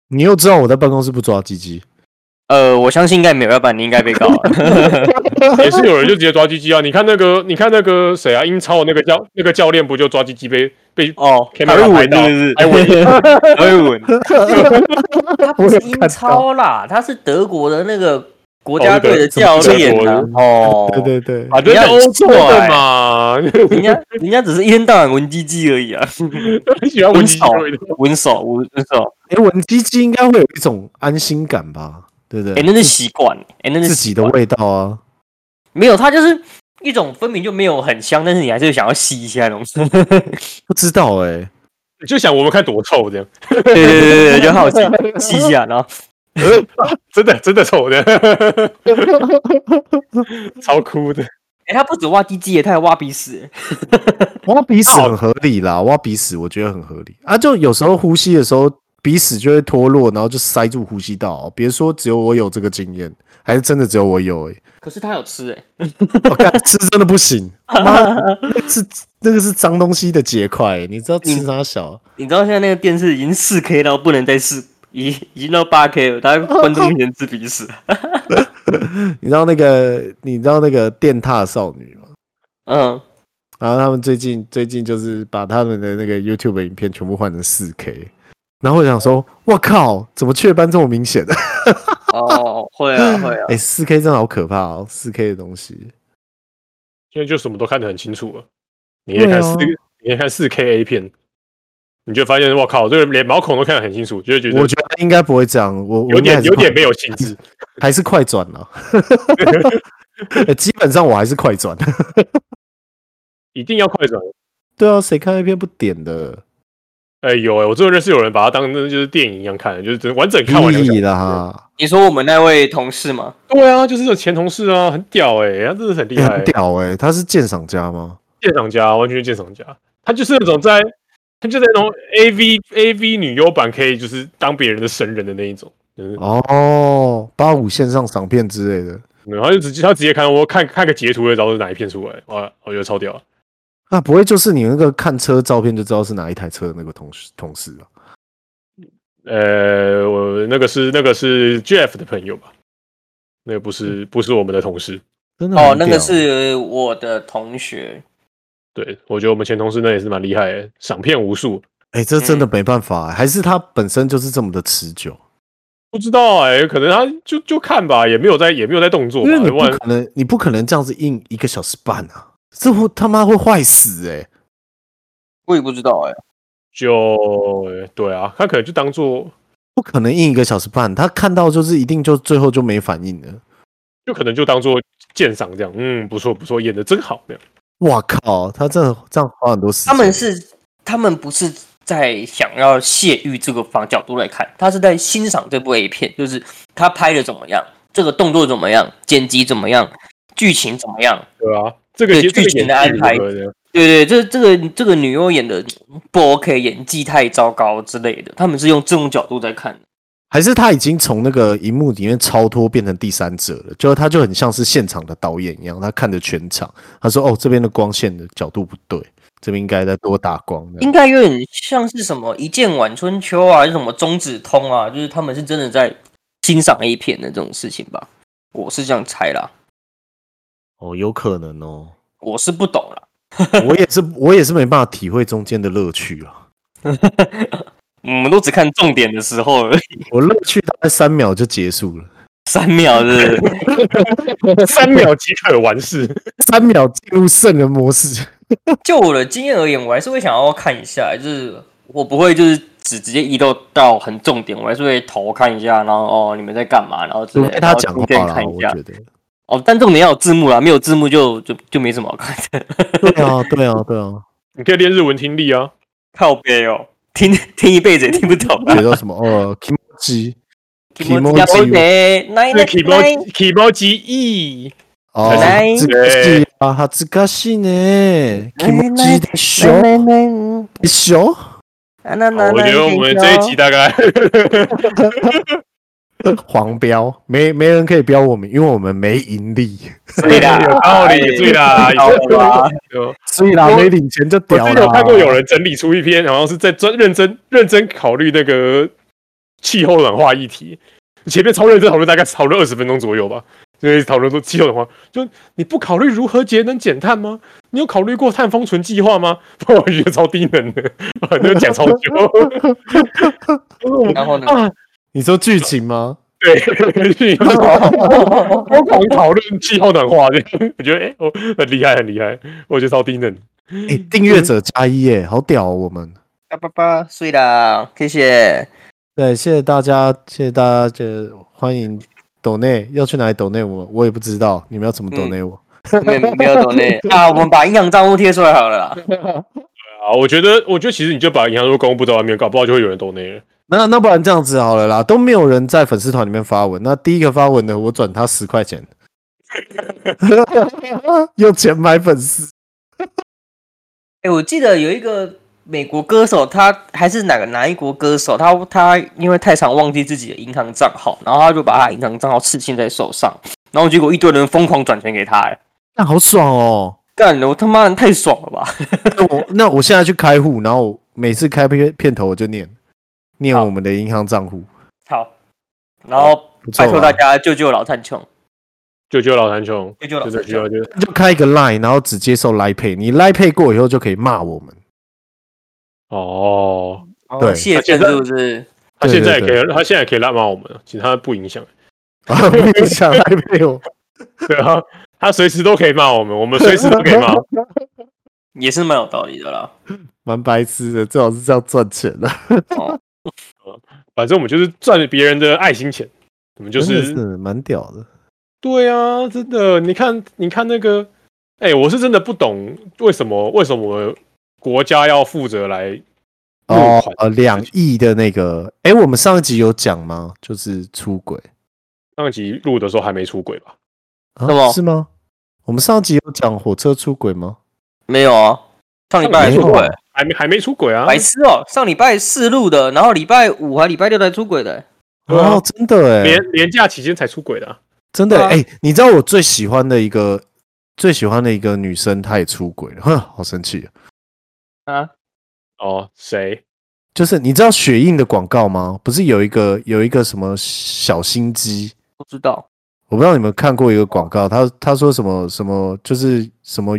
[SPEAKER 2] 你又知道我在办公室不抓鸡鸡，
[SPEAKER 1] [LAUGHS] 呃，我相信应该没有，要不然你应该被告啊了。
[SPEAKER 3] 也是有人就直接抓鸡鸡啊！你看那个，你看那个谁啊，英超那个教那个教练不就抓鸡鸡被被
[SPEAKER 1] 哦，
[SPEAKER 3] Camera
[SPEAKER 1] 还
[SPEAKER 3] 拍
[SPEAKER 1] 会稳
[SPEAKER 3] 到
[SPEAKER 1] 是
[SPEAKER 3] 还
[SPEAKER 1] 不 [LAUGHS] 是？还会稳， [LAUGHS]
[SPEAKER 2] 我有
[SPEAKER 1] 他不是
[SPEAKER 2] 看到
[SPEAKER 1] 英超啦，他是德国的那个国
[SPEAKER 3] 哦
[SPEAKER 1] 家
[SPEAKER 3] 是德
[SPEAKER 1] 队的
[SPEAKER 3] 是
[SPEAKER 1] 教
[SPEAKER 3] 德
[SPEAKER 1] 练
[SPEAKER 3] 国
[SPEAKER 1] 啊
[SPEAKER 3] 的。
[SPEAKER 1] 哦，
[SPEAKER 2] 对对对，
[SPEAKER 3] 啊，这
[SPEAKER 1] 你
[SPEAKER 3] 是
[SPEAKER 1] 很
[SPEAKER 3] 欧洲
[SPEAKER 1] 错
[SPEAKER 3] 的
[SPEAKER 1] 欸
[SPEAKER 3] 嘛？
[SPEAKER 1] 人家人家只是一天到晚闻鸡鸡而已啊，
[SPEAKER 3] 你 [LAUGHS] 喜欢闻鸡鸡
[SPEAKER 1] 很少
[SPEAKER 3] 味道
[SPEAKER 1] 闻手闻闻手，
[SPEAKER 2] 哎、闻鸡鸡应该会有一种安心感吧，对不
[SPEAKER 1] 哎、
[SPEAKER 2] 对？
[SPEAKER 1] 那是习惯，哎、那是
[SPEAKER 2] 自
[SPEAKER 1] 习
[SPEAKER 2] 己的
[SPEAKER 1] 惯
[SPEAKER 2] 味道啊，
[SPEAKER 1] 没有，它就是一种分明就没有很香，但是你还是想要吸一下那种。
[SPEAKER 2] 不知道哎、
[SPEAKER 3] 你就想我们看多臭这样，
[SPEAKER 1] 对对对对对，就好奇吸一下，然后
[SPEAKER 3] 真的真的臭的， [LAUGHS] 超酷的。
[SPEAKER 1] 哎、他不止挖鸡鸡耶，他还挖鼻屎。
[SPEAKER 2] 挖鼻屎很合理啦，挖鼻屎我觉得很合理啊。就有时候呼吸的时候，鼻屎就会脱落，然后就塞住呼吸道、别说只有我有这个经验，还是真的只有我有哎、
[SPEAKER 1] 可是他有吃哎，
[SPEAKER 2] 我、干 [LAUGHS] 吃真的不行，妈，那个是那个是脏东西的结块、你知道吃啥小？
[SPEAKER 1] 你知道现在那个电视已经四 K 到不能再四，已已经到八 K 了，他在观众面前吃鼻屎。
[SPEAKER 2] 你知道那个你知道那个电踏少女吗？
[SPEAKER 1] 嗯，
[SPEAKER 2] 然后他们最近最近就是把他们的那个 YouTube 影片全部换成四 K，然后我想说，我靠，怎么雀斑这么明显？
[SPEAKER 1] 哦，会啊会啊，
[SPEAKER 2] 哎，四 K 真的好可怕哦，四 K 的东西。
[SPEAKER 3] 现在就什么都看得很清楚了。你也看
[SPEAKER 2] 对
[SPEAKER 3] 四、
[SPEAKER 2] 啊
[SPEAKER 3] 你也看四 K A 片，你就发现我靠，这个连毛孔都看得很清楚，就会觉得
[SPEAKER 2] 我觉得应该不会这样，我我应
[SPEAKER 3] 有
[SPEAKER 2] 该
[SPEAKER 3] 点
[SPEAKER 2] 还是
[SPEAKER 3] 有
[SPEAKER 2] 快
[SPEAKER 3] 点没有兴致。
[SPEAKER 2] 还是快转了。
[SPEAKER 3] [LAUGHS]
[SPEAKER 2] 哎基本上我还是快转。 [LAUGHS]
[SPEAKER 3] 一定要快转。
[SPEAKER 2] 对啊，谁看 A 片不点的？
[SPEAKER 3] 哎、有哎、我真的认识有人把它当成就是电影一样看，就是整完整看完两个小
[SPEAKER 2] 屁
[SPEAKER 3] 时。
[SPEAKER 2] 啦，
[SPEAKER 1] 你说我们那位同事吗？
[SPEAKER 3] 对啊，就是这种前同事啊，很屌哎、他真的很厉
[SPEAKER 2] 欸
[SPEAKER 3] 害、
[SPEAKER 2] 很屌哎、他是鉴赏家吗？
[SPEAKER 3] 鉴赏家，完全是鉴赏家。他就是那种在，他就在那种 A V A V 女优版可以就是当别人的神人的那一种。嗯，
[SPEAKER 2] 哦，八五线上赏片之类的。
[SPEAKER 3] 然后就直接他直接看我看看个截图，就知道是哪一片出来，哇，我觉得超屌。
[SPEAKER 2] 那、啊不会就是你那个看车照片就知道是哪一台车的那个同事同事啊？
[SPEAKER 3] 呃，我那个是那个是 Jeff 的朋友吧，那个不是
[SPEAKER 2] 嗯
[SPEAKER 3] 不是我们的同事。
[SPEAKER 2] 真的
[SPEAKER 1] 哦，
[SPEAKER 2] 很
[SPEAKER 1] 那个
[SPEAKER 2] 屌
[SPEAKER 1] 是我的同学，
[SPEAKER 3] 对，我觉得我们前同事那也是蛮厉害的，赏片无数。
[SPEAKER 2] 哎、这真
[SPEAKER 1] 嗯
[SPEAKER 2] 的没办法、哎还是他本身就是这么的持久？
[SPEAKER 3] 不知道哎、可能他就就看吧，也没有在也没有在动作
[SPEAKER 2] 因
[SPEAKER 3] 吧，
[SPEAKER 2] 为你
[SPEAKER 3] 不
[SPEAKER 2] 不
[SPEAKER 3] 然
[SPEAKER 2] 可能，你不可能这样子硬一个小时半啊，这会他妈会坏死哎、
[SPEAKER 1] 我也不知道哎、
[SPEAKER 3] 就对啊，他可能就当做
[SPEAKER 2] 不可能硬一个小时半，他看到就是一定就最后就没反应了。
[SPEAKER 3] 就可能就当做鉴赏这样，嗯，不错不错，演的真好那样。
[SPEAKER 2] 哇靠，他真的这样花很多时间。
[SPEAKER 1] 他们是他们不是在想要泄欲这个方角度来看，他是在欣赏这部 A 片，就是他拍的怎么样，这个动作怎么样，剪辑怎么样，剧情怎么样。
[SPEAKER 3] 对啊，这个
[SPEAKER 1] 对
[SPEAKER 3] 也这个
[SPEAKER 1] 剧情
[SPEAKER 3] 演
[SPEAKER 1] 的
[SPEAKER 3] 技
[SPEAKER 1] 安
[SPEAKER 3] 如
[SPEAKER 1] 排
[SPEAKER 3] 何这样
[SPEAKER 1] 对对，这这个这个女优演的不 OK，演技太糟糕之类的，他们是用这种角度在看的。
[SPEAKER 2] 还是他已经从那个荧幕里面超脱变成第三者了，就是他就很像是现场的导演一样，他看着全场，他说：“哦，这边的光线的角度不对，这边应该再多打光。”
[SPEAKER 1] 应该有点像是什么一剑晚春秋啊，还是什么中指通啊，就是他们是真的在欣赏 A 片的这种事情吧，我是这样猜啦，
[SPEAKER 2] 哦，有可能哦，
[SPEAKER 1] 我是不懂啦。
[SPEAKER 2] 我也是，我也是没办法体会中间的乐趣啊，
[SPEAKER 1] 我们都只看重点的时候 [LAUGHS] 而已，
[SPEAKER 2] 我乐趣大概三秒就结束了，
[SPEAKER 1] 三秒是不是
[SPEAKER 3] 三秒即可完事。
[SPEAKER 2] 三秒进入圣人模式。
[SPEAKER 1] 就我的经验而言，我还是会想要看一下，就是我不会就是只直接移到到很重点，我还是会头看一下，然后哦你们在干嘛，然后之
[SPEAKER 2] 除
[SPEAKER 1] 类的
[SPEAKER 2] 非他讲
[SPEAKER 1] 然后
[SPEAKER 2] 话
[SPEAKER 1] 图片
[SPEAKER 2] 啦，
[SPEAKER 1] 看一
[SPEAKER 2] 我
[SPEAKER 1] 下
[SPEAKER 2] 觉得。
[SPEAKER 1] 哦，但重点要有字幕啦，没有字幕就就就没什么好看的，
[SPEAKER 2] 对啊，对啊，对啊，
[SPEAKER 3] 你可以练日文听力啊，
[SPEAKER 1] 靠背哦，听听一辈子也听不懂啊
[SPEAKER 2] 学。到什么哦 k i m o [LAUGHS] j i
[SPEAKER 1] k i
[SPEAKER 2] Kimoji
[SPEAKER 1] m o j i 奈
[SPEAKER 3] 是
[SPEAKER 1] 奈
[SPEAKER 3] k i m o
[SPEAKER 1] 奈
[SPEAKER 3] k i m o j i
[SPEAKER 2] 哦，
[SPEAKER 1] 来
[SPEAKER 2] 恥ずかしい啊，恥ずかしいね，気持ちいいでしょ
[SPEAKER 1] 奈奈，
[SPEAKER 2] でしょ？
[SPEAKER 1] 啊那那
[SPEAKER 3] 好我觉得我们这一集大概
[SPEAKER 2] 黄标，没没人可以标我们，因为我们没盈利，
[SPEAKER 1] 对啦，
[SPEAKER 3] 有道理，对啦，
[SPEAKER 1] 有
[SPEAKER 3] [LAUGHS]
[SPEAKER 1] 道理
[SPEAKER 3] 有
[SPEAKER 2] 所以啦，
[SPEAKER 3] 我
[SPEAKER 2] 没领钱就
[SPEAKER 3] 我
[SPEAKER 2] 屌
[SPEAKER 3] 之前
[SPEAKER 2] 了。
[SPEAKER 3] 有看过有人整理出一篇，好像是在专认真认真考虑那个气候暖化议题，前面超认真讨论，大概讨论二十分钟左右吧。就是讨论说气候暖化，就你不考虑如何节能减碳吗？你有考虑过碳封存计划吗？ [LAUGHS] 我觉得超低能的，反正讲超久。
[SPEAKER 1] 然后呢？
[SPEAKER 3] 啊，
[SPEAKER 2] 你说剧情吗？
[SPEAKER 3] 对，疯狂讨论气候暖化，这样我觉得哎、我很厉害，很厉害，我觉得超低能。
[SPEAKER 2] 哎，订阅者加一耶，好屌哦，我们。
[SPEAKER 1] 叭叭叭，睡啦，谢谢。
[SPEAKER 2] 对，谢谢大家，谢谢大家，这欢迎抖内要去哪里抖内我，我也不知道，你们要怎么抖内我？ [LAUGHS]
[SPEAKER 1] 没没有懂内啊，我们把银行账户贴出来好了啦。
[SPEAKER 3] 啊，我觉得，我觉得其实你就把银行都公布在外面，搞不好就会有人懂那了。
[SPEAKER 2] 那那不然这样子好了啦，都没有人在粉丝团里面发文，那第一个发文的我转他十块钱， [LAUGHS] 用钱买粉丝，
[SPEAKER 1] 哎、我记得有一个美国歌手，他还是哪个哪一国歌手，他他因为太常忘记自己的银行账号，然后他就把他银行账号刺青在手上，然后结果一堆人疯狂转钱给他、哎，
[SPEAKER 2] 那好爽哦！
[SPEAKER 1] 干，我他妈的太爽了吧！
[SPEAKER 2] 那我那我现在去开户，然后每次开片片头我就念念
[SPEAKER 1] 好
[SPEAKER 2] 我们的银行账户，
[SPEAKER 1] 好，然后
[SPEAKER 2] 不错
[SPEAKER 1] 拜托大
[SPEAKER 2] 啦，
[SPEAKER 1] 家救救老炭穷，
[SPEAKER 3] 救救老坛穷，
[SPEAKER 1] 救救老嗯
[SPEAKER 3] 真的
[SPEAKER 1] 炭
[SPEAKER 3] 需要
[SPEAKER 1] 穷，
[SPEAKER 3] 就是
[SPEAKER 2] 就开一个 line，然后只接受 line pay，你 line pay 过以后就可以骂我
[SPEAKER 3] [LAUGHS]
[SPEAKER 2] 们。
[SPEAKER 3] 哦。
[SPEAKER 2] 对
[SPEAKER 1] 哦，谢谢，是不是？
[SPEAKER 3] 他现在也可
[SPEAKER 2] 对
[SPEAKER 3] 以，他现在也可以拉骂我们了，其实他不影响。
[SPEAKER 2] 啊，不影响 line pay 哦。
[SPEAKER 3] 对啊，他随时都可以骂我们，我们随时都可
[SPEAKER 2] [LAUGHS]
[SPEAKER 3] 以骂。
[SPEAKER 1] 也是蛮有道理的 [LAUGHS] 啦。
[SPEAKER 2] 蛮白痴的，最好是这样赚钱的，
[SPEAKER 1] 哦，
[SPEAKER 3] 反正我们就是赚别人的爱心钱，我们就
[SPEAKER 2] 真的
[SPEAKER 3] 是
[SPEAKER 2] 是蛮屌的。
[SPEAKER 3] 对啊，真的，你看，你看那个，哎、我是真的不懂为什么为什么国家要负责来募
[SPEAKER 2] 哦
[SPEAKER 3] 款，
[SPEAKER 2] 呃，两亿的那个，哎、我们上一集有讲吗？就是出轨，
[SPEAKER 3] 上集录的时候还没出轨吧？
[SPEAKER 2] 啊
[SPEAKER 1] 什么
[SPEAKER 2] 是吗？我们上集有讲火车出轨吗？
[SPEAKER 1] 没有啊，上礼拜
[SPEAKER 2] 没
[SPEAKER 1] 出
[SPEAKER 2] 有
[SPEAKER 1] 轨
[SPEAKER 2] 啊，
[SPEAKER 3] 还没还没出轨啊？
[SPEAKER 1] 白痴哦，上礼拜四录的，然后礼拜五还礼拜六才出轨的，
[SPEAKER 3] 对啊
[SPEAKER 2] 哦，真的哎、
[SPEAKER 3] 连连假期间才出轨的啊、
[SPEAKER 2] 真的
[SPEAKER 1] 对啊
[SPEAKER 2] 哎、你知道我最喜欢的一个最喜欢的一个女生，她也出轨了，哼，好生气啊。
[SPEAKER 1] 啊，
[SPEAKER 3] 哦，谁？
[SPEAKER 2] 就是你知道雪印的广告吗？不是有一个有一个什么小心机，
[SPEAKER 1] 不知道。
[SPEAKER 2] 我不知道你们看过一个广告，他他说什么什么就是什么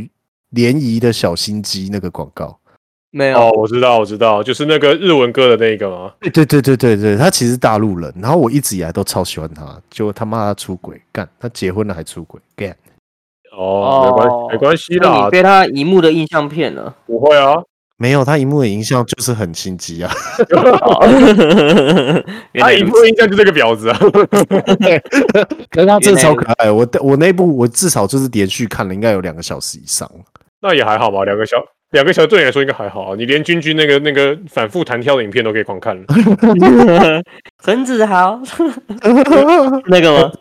[SPEAKER 2] 联谊的小心机那个广告，
[SPEAKER 1] 没有，
[SPEAKER 3] 哦，我知道，我知道，就是那个日文歌的那个嘛。
[SPEAKER 2] 哎对对对对对对，他其实大陆人，然后我一直以来都超喜欢他，结果他妈他出轨，干他结婚了还出轨，干
[SPEAKER 3] 哦，没关系，没关系
[SPEAKER 1] 那
[SPEAKER 3] 啦
[SPEAKER 1] 你，被他一幕的印象骗 [LAUGHS] 了。
[SPEAKER 3] 不会啊。
[SPEAKER 2] 没有他荧幕的影像就是很心机啊，
[SPEAKER 1] 原
[SPEAKER 3] 他
[SPEAKER 1] 来
[SPEAKER 3] 一
[SPEAKER 1] 如
[SPEAKER 3] 部印象就这个婊子啊。
[SPEAKER 2] [LAUGHS]
[SPEAKER 3] [LAUGHS]
[SPEAKER 2] 可是他真的超可爱，哎我我那部我至少就是连续看了应该有两个小时以 [LAUGHS] 上，
[SPEAKER 3] 那也还好吧，两个小两个小时对你来说应该还好啊。你连君君那个那个反复弹跳的影片都可以狂看了。
[SPEAKER 1] 此，陈子豪 [LAUGHS] 那个吗？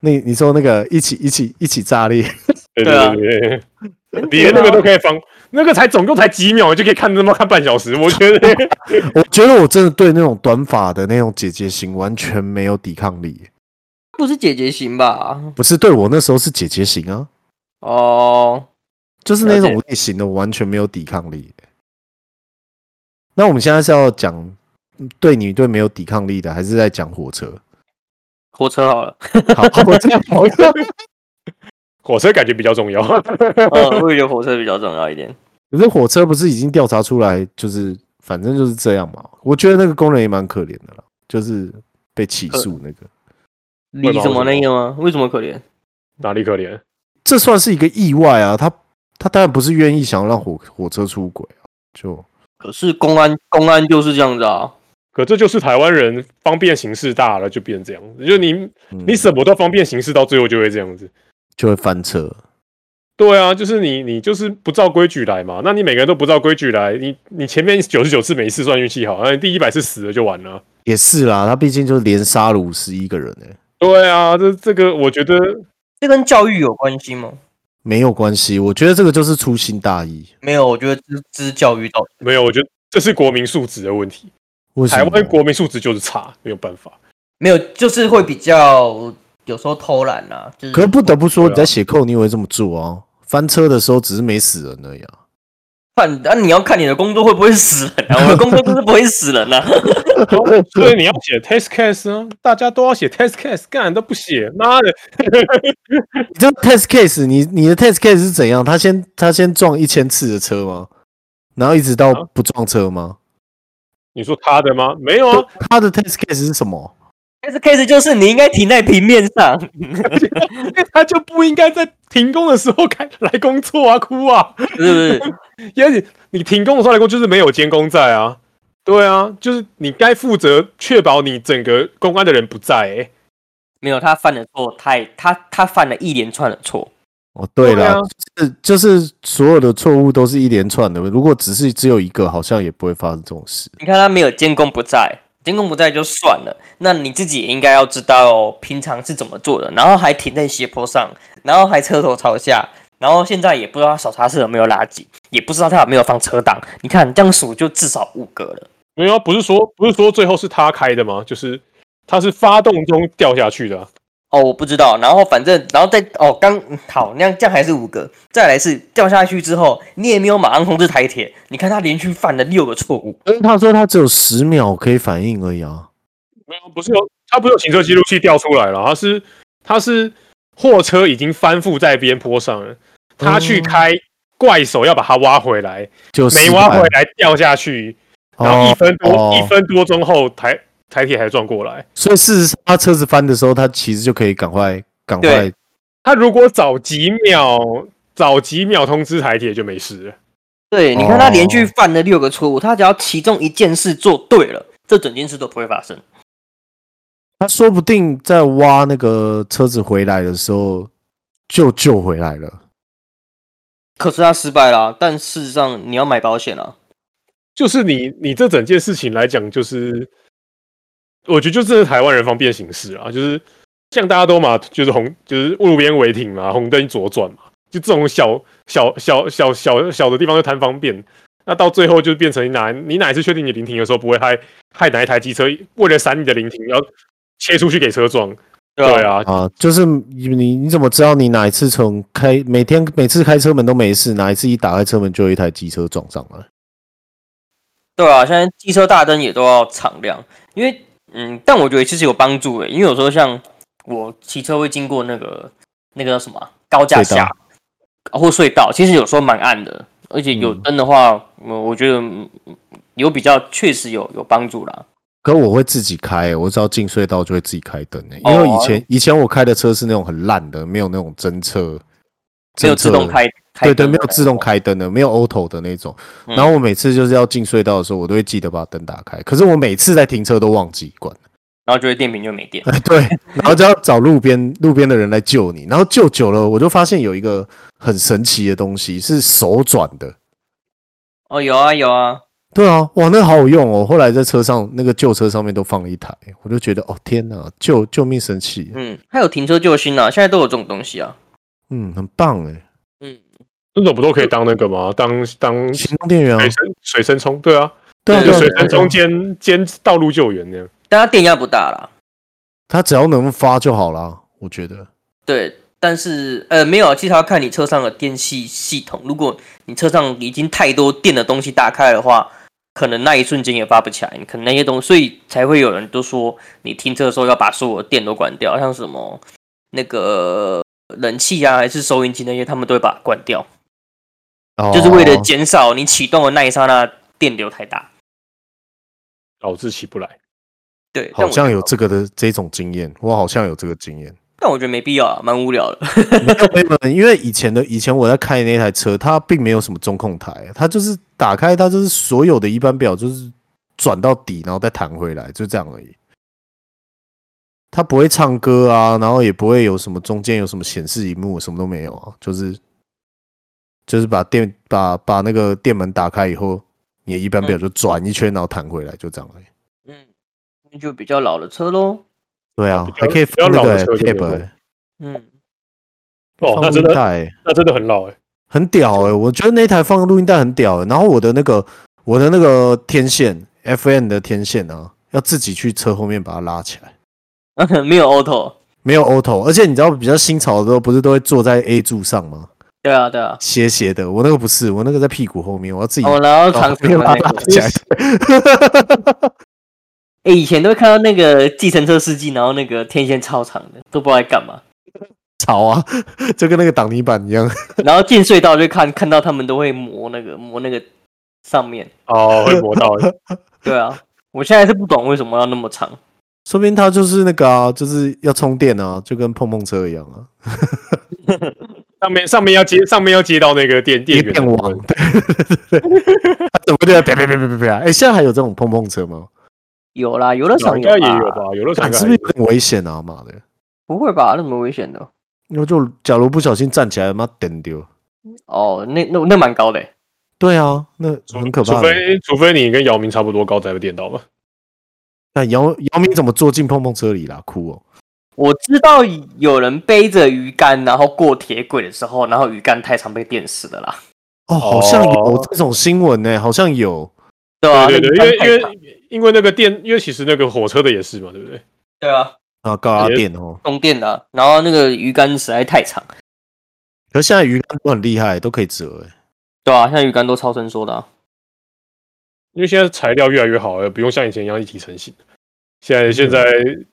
[SPEAKER 2] 那你说那个一起一起一起炸裂，
[SPEAKER 3] [LAUGHS] 对
[SPEAKER 1] 对啊
[SPEAKER 3] 对对对，
[SPEAKER 1] [LAUGHS]
[SPEAKER 3] 你连那个都可以放，那个才总共才几秒，就可以看他妈看半小时。 [LAUGHS] 我觉得
[SPEAKER 2] 我觉得我真的对那种短发的那种姐姐型完全没有抵抗力。
[SPEAKER 1] 不是姐姐型吧？
[SPEAKER 2] 不是对我那时候是姐姐型啊，
[SPEAKER 1] 哦，
[SPEAKER 2] 就是那
[SPEAKER 1] 了
[SPEAKER 2] 种类型的，我完全没有抵抗力。那我们现在是要讲嗯对你对没有抵抗力的，还是在讲火
[SPEAKER 3] [LAUGHS]
[SPEAKER 2] 车？
[SPEAKER 1] 火车好 [LAUGHS] 了，
[SPEAKER 2] 好，火车好热。
[SPEAKER 3] 火车感觉比较重要。 [LAUGHS]
[SPEAKER 1] 呃，我也觉得火车比较重要一点。
[SPEAKER 2] 可是火车不是已经调查出来，就是反正就是这样嘛。我觉得那个工人也蛮可怜的啦，就是被起诉那个，
[SPEAKER 1] 你
[SPEAKER 3] 为什
[SPEAKER 1] 怎么
[SPEAKER 3] 么
[SPEAKER 1] 那个吗？为什么可怜？
[SPEAKER 3] 哪里可怜？
[SPEAKER 2] 这算是一个意外啊。他他当然不是愿意想要让火火车出轨啊，就
[SPEAKER 1] 可是公安公安就是这样子啊，
[SPEAKER 3] 可这就是台湾人方便形式大了，就变成这样子。就你你
[SPEAKER 2] 嗯
[SPEAKER 3] 什么都方便形式，到最后就会这样子。
[SPEAKER 2] 就会翻车。
[SPEAKER 3] 对啊，就是你你就是不照规矩来嘛。那你每个人都不照规矩来，你你前面九十九次每一次算运气好，那你第一百次死了就完了。
[SPEAKER 2] 也是啦，他毕竟就连杀了五十一个人哎、
[SPEAKER 3] 对啊，这这个我觉得
[SPEAKER 1] 这跟教育有关系吗？
[SPEAKER 2] 没有关系，我觉得这个就是粗心大意。
[SPEAKER 1] 没有，我觉得这这是教育到
[SPEAKER 3] 没有，我觉得这是国民素质的问题。
[SPEAKER 2] 为什
[SPEAKER 3] 台
[SPEAKER 2] 么？
[SPEAKER 3] 湾国民素质就是差，没有
[SPEAKER 2] [LAUGHS]
[SPEAKER 3] 办法。
[SPEAKER 1] 没有，就是会比较有时候偷懒啊，就是
[SPEAKER 2] 可是不得不说，
[SPEAKER 3] 对啊
[SPEAKER 2] 你在写扣，你也会这么做啊？翻车的时候只是没死人而已啊。
[SPEAKER 1] 看啊，你要看你的工作会不会死人啊，我的工作就是不会死人 [LAUGHS] 啊。
[SPEAKER 3] 所以你要写 test case 啊，大家都要写 test case，干都不写，妈的！
[SPEAKER 2] 你这个 test case，你你的 test case 是怎样？他先他先撞一千次的车吗？然后一直到
[SPEAKER 3] 啊
[SPEAKER 2] 不撞车吗？
[SPEAKER 3] 你说他的吗？没有啊， [LAUGHS]
[SPEAKER 2] 他的 test case 是什么？
[SPEAKER 1] S case 就是你应该停在平面上，
[SPEAKER 3] 他就不应该在停工的时候开来工作啊，哭啊！
[SPEAKER 1] [LAUGHS] 是不是？
[SPEAKER 3] 因为你你停工的时候来工就是没有监工在啊，对啊，就是你该负责确保你整个公安的人不在、欸，
[SPEAKER 1] 没有，他犯的错太他他犯了一连串的错，
[SPEAKER 2] 哦，对
[SPEAKER 3] 对
[SPEAKER 2] 啦，
[SPEAKER 3] 啊
[SPEAKER 2] 就是就是所有的错误都是一连串的。如果只是只有一个，好像也不会发生这种事。
[SPEAKER 1] 你看他没有监工不在，监工不在就算了，那你自己也应该要知道哦平常是怎么做的，然后还停在斜坡上，然后还车头朝下，然后现在也不知道他手刹是有没有拉紧，也不知道他有没有放车档。你看这样数就至少五个了，
[SPEAKER 3] 没有啊，不是说不是说最后是他开的吗？就是他是发动中掉下去的啊、
[SPEAKER 1] 哦，我不知道。然后反正，然后再哦，刚嗯好那样，这样还是五个。再来是掉下去之后，你也没有马上控制台铁。你看他连续犯了六个错误，
[SPEAKER 2] 可是
[SPEAKER 3] 嗯
[SPEAKER 2] 他说他只有十秒可以反应而已啊。
[SPEAKER 3] 没有，不是有他不是有行车记录器调出来了，他是他是货车已经翻覆在边坡上了，他去
[SPEAKER 2] 哦
[SPEAKER 3] 开怪手要把它挖回来，
[SPEAKER 2] 就
[SPEAKER 3] 没
[SPEAKER 2] 失败
[SPEAKER 3] 挖回来掉下去，然后一分多、
[SPEAKER 2] 哦
[SPEAKER 3] 一分多钟后台台铁还撞过来。
[SPEAKER 2] 所以事实上，他车子翻的时候，他其实就可以赶快赶快
[SPEAKER 1] 对。
[SPEAKER 3] 他如果早几秒早几秒通知台铁就没事了。
[SPEAKER 1] 对，你看他连续
[SPEAKER 2] 哦
[SPEAKER 1] 犯了六个错误，他只要其中一件事做对了，这整件事都不会发生。
[SPEAKER 2] 他说不定在挖那个车子回来的时候，就救回来了。
[SPEAKER 1] 可是他失败了啊、但事实上你要买保险啊。
[SPEAKER 3] 就是你你这整件事情来讲，就是我觉得就真的台湾人方便行事啊，就是像大家都嘛，就是红就是路边违停嘛，红灯左转嘛，就这种小小小小小小的地方就贪方便。那到最后就变成你哪你哪一次确定你临停的时候不会害害哪一台机车为了闪你的临停要切出去给车撞？对啊，
[SPEAKER 1] 吧，
[SPEAKER 2] 啊，就是你你你怎么知道你哪一次从开每天每次开车门都没事，哪一次一打开车门就有一台机车撞上来？
[SPEAKER 1] 对啊，现在机车大灯也都要敞亮，因为嗯，但我觉得其实有帮助欸诶，因为有时候像我骑车会经过那个那个叫什么啊高架
[SPEAKER 2] 隧
[SPEAKER 1] 下
[SPEAKER 2] 道
[SPEAKER 1] 啊或隧道，其实有时候蛮暗的，而且有
[SPEAKER 2] 嗯
[SPEAKER 1] 灯的话，我、我觉得嗯有比较确实有有帮助啦。
[SPEAKER 2] 可我会自己开、我只要进隧道就会自己开灯、欸，
[SPEAKER 1] 哦
[SPEAKER 2] 因为以前、以前我开的车是那种很烂的，没有那种侦测，
[SPEAKER 1] 没
[SPEAKER 2] 侦测
[SPEAKER 1] 有自动开，开
[SPEAKER 2] 对对，
[SPEAKER 1] 灯
[SPEAKER 2] 没有
[SPEAKER 1] 的
[SPEAKER 2] 自动开灯的，没有 auto 的那种。
[SPEAKER 1] 嗯
[SPEAKER 2] 然后我每次就是要进隧道的时候，我都会记得把灯打开。可是我每次在停车都忘记关， [LAUGHS]
[SPEAKER 1] 然后就会电瓶就没电。
[SPEAKER 2] 哎，对，然后就要找路边路边的人来救你。然后救久了，我就发现有一个很神奇的东西是手转的。
[SPEAKER 1] 哦，有啊有啊，
[SPEAKER 2] 对啊，哇，那好有用哦！后来在车上那个救车上面都放了一台，我就觉得哦天哪，救救命神器，
[SPEAKER 1] 嗯，还有停车救星啊，现在都有这种东西啊。
[SPEAKER 2] 嗯，很棒哎，
[SPEAKER 1] 嗯，
[SPEAKER 3] 那种不都可以当那个吗？当当
[SPEAKER 2] 行动电源啊
[SPEAKER 3] 水，深水深冲，对啊，
[SPEAKER 2] 对啊，
[SPEAKER 3] 就
[SPEAKER 2] 对啊
[SPEAKER 3] 水
[SPEAKER 2] 对啊
[SPEAKER 3] 深冲兼兼道路救援那样。
[SPEAKER 1] 但它电压不大啦。
[SPEAKER 2] 它只要能发就好啦，我觉得。
[SPEAKER 1] 对，但是呃，没有，其实要看你车上的电器系统。如果你车上已经太多电的东西打开的话，可能那一瞬间也发不起来，你可能那些东西，所以才会有人都说你停车的时候要把所有的电都关掉，像什么那个冷气啊，还是收音机那些，他们都会把它关掉，就是为了
[SPEAKER 2] 哦
[SPEAKER 1] 减少你启动的那一刹那电流太大。
[SPEAKER 3] 导致起不来。
[SPEAKER 1] 对，但
[SPEAKER 2] 好
[SPEAKER 1] 我
[SPEAKER 2] 像
[SPEAKER 1] 觉
[SPEAKER 2] 有
[SPEAKER 1] 得
[SPEAKER 2] 这个的这种经验，我好像有这个经验。 [LAUGHS]
[SPEAKER 1] 但我觉得没必要啊，蛮无聊的。
[SPEAKER 2] 没有没有因为以前的以前我在开的那台车，它并没有什么中控台，它就是打开它就是所有的一般表就是转到底，然后再弹回来，就这样而已。它不会唱歌啊，然后也不会有什么中间有什么显示荧幕，什么都没有啊，就是就是把电把把那个电门打开以后，你的一
[SPEAKER 3] 嗯
[SPEAKER 2] 般表就转一圈，然后弹回来，就这样而已。
[SPEAKER 1] 嗯，那 [LAUGHS] 就比较老的车喽。
[SPEAKER 2] 对啊
[SPEAKER 3] 哦比，较
[SPEAKER 2] 还可以
[SPEAKER 3] 比较
[SPEAKER 2] 放那
[SPEAKER 3] 老的
[SPEAKER 2] 个欸
[SPEAKER 3] 车就
[SPEAKER 2] tab，
[SPEAKER 3] 没有
[SPEAKER 2] 欸
[SPEAKER 1] 嗯， [LAUGHS]
[SPEAKER 3] 哦，
[SPEAKER 2] 放
[SPEAKER 3] 那真
[SPEAKER 2] 录音
[SPEAKER 3] 的
[SPEAKER 2] 带欸
[SPEAKER 3] 那真的很老哎、
[SPEAKER 2] 很屌哎、我觉得那台放录音带很屌、欸。然后我的那个我的那个天线 FN 的天线啊，要自己去车后面把它拉起来，
[SPEAKER 1] 没有 auto。
[SPEAKER 2] 没有 auto。而且你知道比较新潮的时候，不是都会坐在 A 柱上吗？
[SPEAKER 1] 对啊，对啊。
[SPEAKER 2] 斜斜的，我那个不是，我那个在屁股后面，我要自己
[SPEAKER 1] 哦，然后
[SPEAKER 2] 把
[SPEAKER 1] 长
[SPEAKER 2] 后
[SPEAKER 1] 城
[SPEAKER 2] 面
[SPEAKER 1] 的
[SPEAKER 2] 拉
[SPEAKER 1] 那
[SPEAKER 2] 拉
[SPEAKER 1] 个，
[SPEAKER 2] 起来。
[SPEAKER 1] 哎、以前都会看到那个计程车司机，然后那个天线超长的，都不知道在干嘛。
[SPEAKER 2] 潮啊， [LAUGHS] 就跟那个挡泥板一样。
[SPEAKER 1] 然后进隧道就看看到他们都会磨那个磨那个上面。
[SPEAKER 3] 哦，会磨到、
[SPEAKER 2] [LAUGHS]
[SPEAKER 3] 欸，
[SPEAKER 1] 对啊，我现在是不懂为什么要那么长。
[SPEAKER 2] 说不定它就是那个啊，就是要充电啊，就跟碰碰车一样啊，
[SPEAKER 3] 上面上面要接上面要接到那个电电
[SPEAKER 2] 一
[SPEAKER 3] 源
[SPEAKER 2] 电
[SPEAKER 3] 的部
[SPEAKER 2] 网
[SPEAKER 3] 分。
[SPEAKER 2] 对对对对，它啊怎么就在啪啪啪啪啪啪？哎、现在还有这种碰碰车吗？
[SPEAKER 1] 有啦，游乐场
[SPEAKER 3] 应该也
[SPEAKER 1] 吧？
[SPEAKER 3] 有吧？游乐场
[SPEAKER 2] 干
[SPEAKER 3] 应该
[SPEAKER 2] 是不是
[SPEAKER 3] 还
[SPEAKER 2] 有点危险啊？妈的！
[SPEAKER 1] 不会吧？那么危险的？
[SPEAKER 2] 因为就假如不小心站起来，妈点丢。
[SPEAKER 1] 哦，那那那蛮高的欸。
[SPEAKER 2] 对啊，那
[SPEAKER 3] 有
[SPEAKER 2] 很可
[SPEAKER 3] 除
[SPEAKER 2] 怕的。
[SPEAKER 3] 非除非你跟姚明差不多高才会电到吧？
[SPEAKER 2] 那姚姚明怎么坐进碰碰车里啦？哭哦！
[SPEAKER 1] 我知道有人背着鱼竿，然后过铁轨的时候，然后鱼竿太长被电死的啦，
[SPEAKER 2] 哦，好像有
[SPEAKER 3] 哦
[SPEAKER 2] 这种新闻呢、好像有。
[SPEAKER 1] 对啊，
[SPEAKER 3] 对对
[SPEAKER 1] 那
[SPEAKER 3] 对，
[SPEAKER 1] 鱼竿
[SPEAKER 3] 因为
[SPEAKER 1] 太
[SPEAKER 3] 因
[SPEAKER 1] 长
[SPEAKER 3] 为因为那个电，因为其实那个火车的也是嘛，对不对？
[SPEAKER 1] 对啊，
[SPEAKER 2] 啊，高压
[SPEAKER 3] 也
[SPEAKER 2] 电哦。
[SPEAKER 1] 供电的啊、然后那个鱼竿实在太长，
[SPEAKER 2] 可是现在鱼竿都很厉害，都可以折哎、
[SPEAKER 3] [LAUGHS]
[SPEAKER 1] 对啊，现在鱼竿都超伸缩的、啊，
[SPEAKER 3] 因为现在材料越来越好了，不用像以前一样一体成型。现在现在